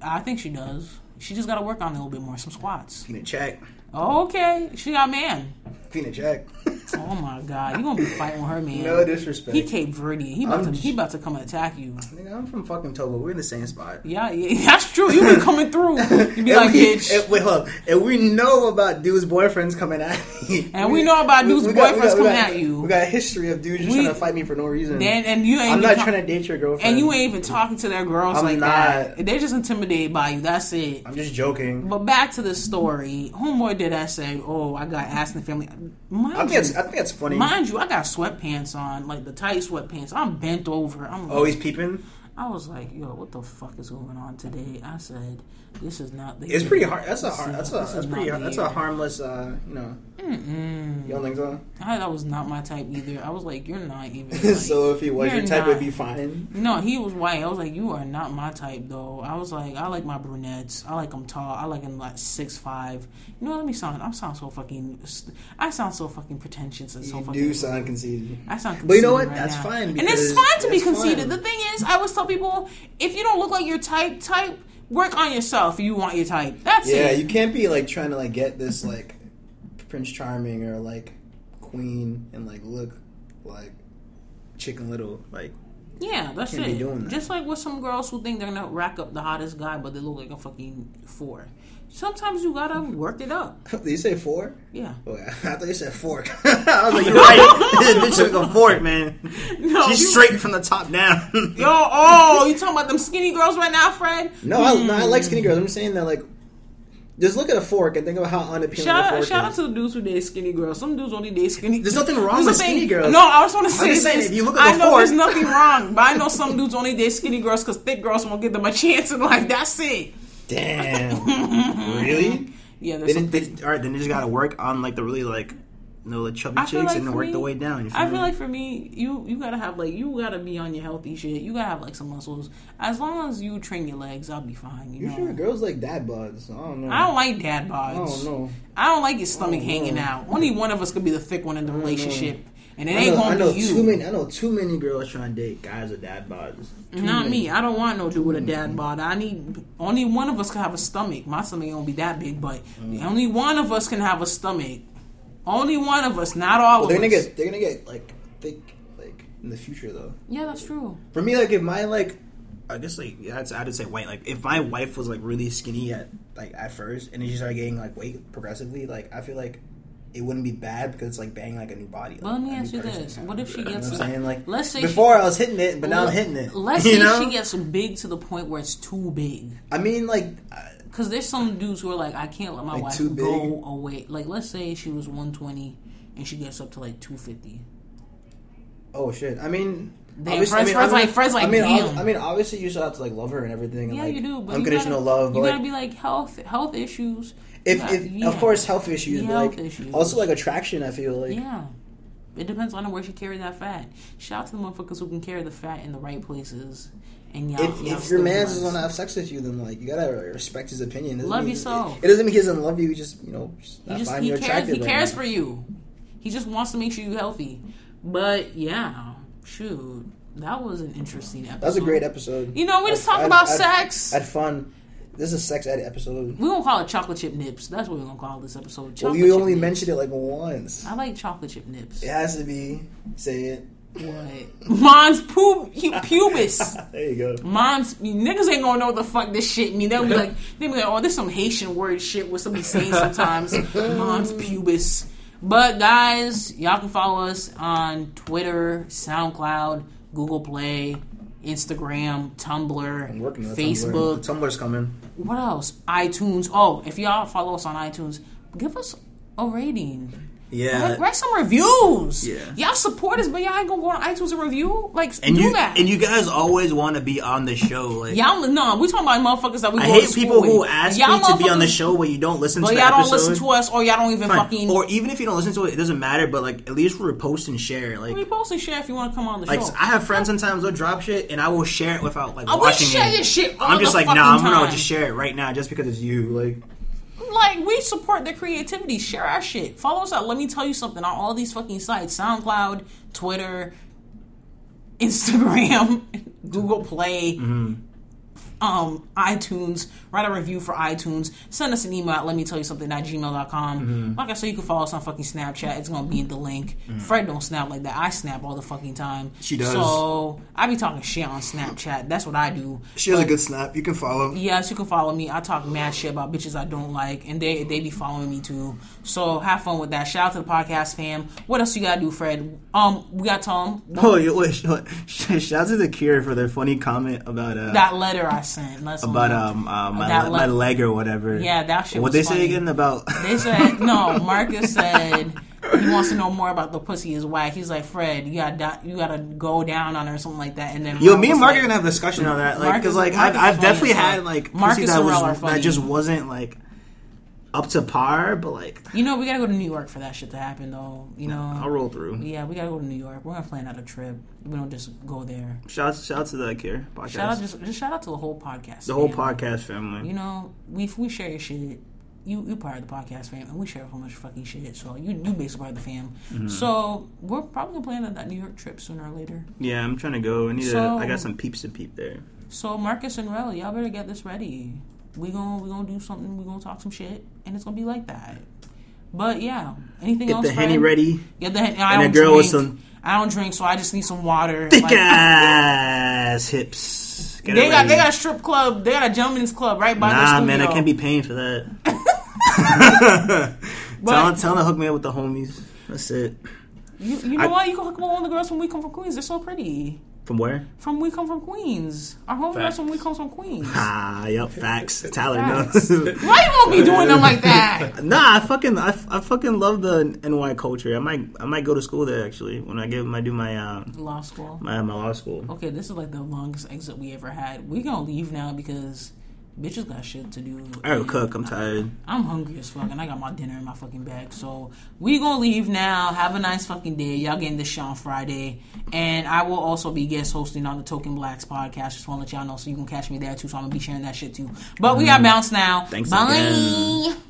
I think she does. She just gotta work on it a little bit more, some squats. Fina check. Oh, Okay, she got man. Fina check. Oh my god, you gonna be fighting with her man? no disrespect. he Cape Verde. He about I'm to he about to come attack you. Nigga, I'm from fucking Togo. We're in the same spot. Yeah, yeah, that's true. You been coming through. You And be like, we, bitch. and- wait, hold up. And we know about dudes' boyfriends coming at me. And we know about dudes' boyfriends coming got- at you. We got a history of dudes just We- trying to fight me for no reason. and, and you ain't. I'm even not talk- trying to date your girlfriend. And you ain't even talking to their girls I'm like that. not. They're just intimidated by you. That's it. I'm just joking. But back to the story. Homeboy did that say, "Oh, I got ass in the family." Mind I think it's you, I think it's funny. Oh, mind you, I got sweatpants on, like the tight sweatpants. I'm bent over. I'm like, Always peeping. I was like, yo, what the fuck is going on today? I said, this is not the It's year. pretty hard. That's a hard. This That's is- a this is that's pretty. not the That's a year. harmless. Uh, you know. You don't think so? I, that was not my type either. I was like, you're not even. Like, so if he was you're your type, it'd not- be fine. no, he was white. I was like, you are not my type though. I was like, I like my brunettes. I like them tall. I like them like six five. You know, what? let me sound. I sound so fucking. I sound so fucking pretentious and so You fucking. do sound conceited. I sound But you know conceited what? right That's now. fine And it's because fine to be that's conceited. fine. The thing is, I always tell people if you don't look like your type, type work on yourself. if You want your type. That's Yeah, it. you can't be like trying to like get this like Prince Charming or like Queen and like look like Chicken Little. Like yeah, that's can't it. be doing that. Just like with some girls who think they're gonna rack up the hottest guy, but they look like a fucking four. Sometimes you gotta work it up. did you say four? Yeah. Oh, yeah. I thought you said fork. I was like, you're right. this bitch took a fork, man. No, She's you- straight from the top down. Yo, oh, you talking about them skinny girls right now, Fred? No, I, no, I like skinny girls. I'm just saying that like, just look at a fork and think about how unappealing Shout a out, fork shout out is. to the dudes who date skinny girls. Some dudes only date skinny. There's nothing wrong Here's with the skinny thing. girls. No, I just want to say just saying, this. if you look at I the know fork- there's nothing wrong, but I know some dudes only date skinny girls because thick girls won't give them a chance in life. That's it. Damn, really? They Yeah, there's some, didn't. They, all right, then they just got to work on like the really like, you know, the chubby I feel chicks like and for work me- the way down. You feel I feel me? like for me, you you gotta have like you gotta be on your healthy shit. You gotta have like some muscles. As long as you train your legs, I'll be fine. You, you know. sure girls like dad buds? I don't know. I don't like dad I bods. don't know. I don't like your stomach Oh, hanging no. out. Only one of us could be the thick one in the relationship, and it I ain't know, I gonna know be you. too many. I know too many girls trying to date guys with dad buds. Too Not many. Mm-hmm. me. I don't want no dude with a dad bod. I need only one of us can have a stomach. My stomach don't be that big, but Mm. only one of us can have a stomach. Only one of us, not all Well, of they're us. gonna get. They're gonna get like thick like in the future though. yeah, that's true. For me, like if my like, I guess like yeah, I'd, I'd say white. Like if my wife was like really skinny at like at first, and then she started getting like weight progressively, like I feel like it wouldn't be bad because it's like banging like a new body. Well, let me like, a ask new you person. this: What if she You know gets? what I'm saying? Like let's say before I was hitting it, but now I'm hitting it. Let's you say know? she gets big to the point where it's too big. I mean, like I- Because there's some dudes who are like, I can't let my Like, wife too big? go away. Like, let's say she was 120 and she gets up to like 250. oh shit. I mean. Damn, obviously- Fred's- Fred's like- Fred's like, I mean, ob- damn. I mean, obviously, you still have to like love her and everything. and, Yeah, like, you do. But unconditional you gotta, love. But you like, gotta be like health health issues. if, You got- if yeah. of course, health issues, but Health like issues. also like attraction. I feel like Yeah. It depends on where she carry that fat. Shout out to the motherfuckers who can carry the fat in the right places. And y'all, if, y'all if still your man's blessed. does want to have sex with you, then like you gotta respect his opinion. It doesn't Love mean- yourself. It, it doesn't mean he doesn't love you. He just you know just he not just find he you cares attractive. he cares for you. He just wants to make sure you healthy. But yeah, shoot, that was an interesting episode. That was a great episode. You know, we just I'd- talked I'd- about I'd- sex. Had fun. This is a sex ed episode. We're gonna call it chocolate chip nips. That's what we're gonna call this episode. Well, Chocolate you chip only nips. mentioned it like once. I like chocolate chip nips. It has to be. Say it. What? Mons pu- pu- pubis. There you go. Mons niggas ain't gonna know what the fuck this shit mean. They'll be like, they be like, oh, this some Haitian word shit what somebody saying sometimes. Mons pubis. But guys, y'all can follow us on Twitter, SoundCloud, Google Play, Instagram, Tumblr, I'm working on the Facebook. Tumblr. The Tumblr's coming. What else? iTunes. Oh, if y'all follow us on iTunes, give us a rating. Yeah. Write, write some reviews. Uh, Yeah. Y'all support us, but y'all ain't gonna go on iTunes and review. Like, And do you that. and you guys always want to be on the show. Like y'all, no, we talking about motherfuckers that we. I go to hate school people who with. ask Y'all me to be on the motherfuckers- show where you don't listen But to the y'all don't episode. listen to us, or y'all don't even Fine. fucking. Or even if you don't listen to it, it doesn't matter. But like, at least repost and share. Like, repost and share if you want to come on the Like show. I have friends sometimes they'll drop shit and I will share it without like I will watching share it. your shit all I'm just the like, nah, fucking I'm gonna time. just share it right now just because it's you. Like like we support their creativity. Share our shit. Follow us out. Let me tell you something on all these fucking sites: SoundCloud, Twitter, Instagram, Google Play, Mm-hmm. um, iTunes. Write a review for iTunes. Send us an email at let me tell you something at gmail.com. Mm-hmm. Like I said, you can follow us on fucking Snapchat. It's gonna be in the link. Fred don't snap like that. I snap all the fucking time. Mm. She does. So I be talking shit on Snapchat. That's what I do. she has a good snap. You can follow. Yes, you can follow me. I talk mad shit about bitches I don't like, and they they be following me too. So have fun with that. Shout out to the podcast fam. What else you gotta do, Fred? Um, we gotta tell 'em Oh, you wait, sh- sh- shout out to the Cure for their funny comment about uh that letter I sent. Let's about um uh, my, That le- le- my leg or whatever. Yeah, that shit What was they say funny. again about? They said no. Marcus said he wants to know more about the pussy is whack. He's like, Fred, you gotta di- you gotta go down on her or something like that. And then Yo, Rob me was and Mark like- are gonna have a discussion on that, like, Marcus- because like Marcus I've, is I've definitely funny as fuck. had like Marcus pussy that and Rel are was funny. that just wasn't like up to par, but like You know, we gotta go to New York for that shit to happen, though. You I'll know, roll through. yeah, we gotta go to New York. We're gonna plan out a trip. We don't just go there. Shout shout out to the Care podcast, Shout out, just just shout out to the whole podcast. the whole fam. podcast family. You know, we we share your shit. You you part of the podcast fam, and we share so much fucking shit. So you you basically part of the fam. So we're probably gonna plan out that New York trip sooner or later. Yeah, I'm trying to go. I need to. So- I got some peeps to peep there. So Marcus and Rel, y'all better get this ready. We gon' we gonna do something. We gonna talk some shit, and it's gonna be like that. But yeah, anything Get else? the henny Fred? ready. Get the henny. I And a don't girl drink. with some- I don't drink, so I just need some water. Thick Like, ass hips. Get it they got ready. they got a strip club. They got a gentleman's club right by the Nah, studio. man, I can't be paying for that. But- tell, tell them to hook me up with the homies. That's it. You, you know I- what? You can hook up with all the girls from We Come From Queens. They're so pretty. From where? From We Come From Queens. Our home girls Facts. from We Come From Queens. Why Ah, yup, facts. Tyler Facts. knows. you won't be doing them like that? nah, I fucking, I, I fucking love the NY culture. I might, I might go to school there actually when I give, I do my, um, Law school. my, my law school. Okay, this is like the longest exit we ever had. We gonna leave now because bitches got shit to do. I gotta cook. I'm tired. I'm hungry as fuck, and I got my dinner in my fucking bag. So we gonna leave now. Have a nice fucking day. Y'all getting this shit on Friday, and I will also be guest hosting on the Token Blacks podcast. Just want to let y'all know, so you can catch me there too. So I'm gonna be sharing that shit too. But we got bounce now. Thanks Bye. again.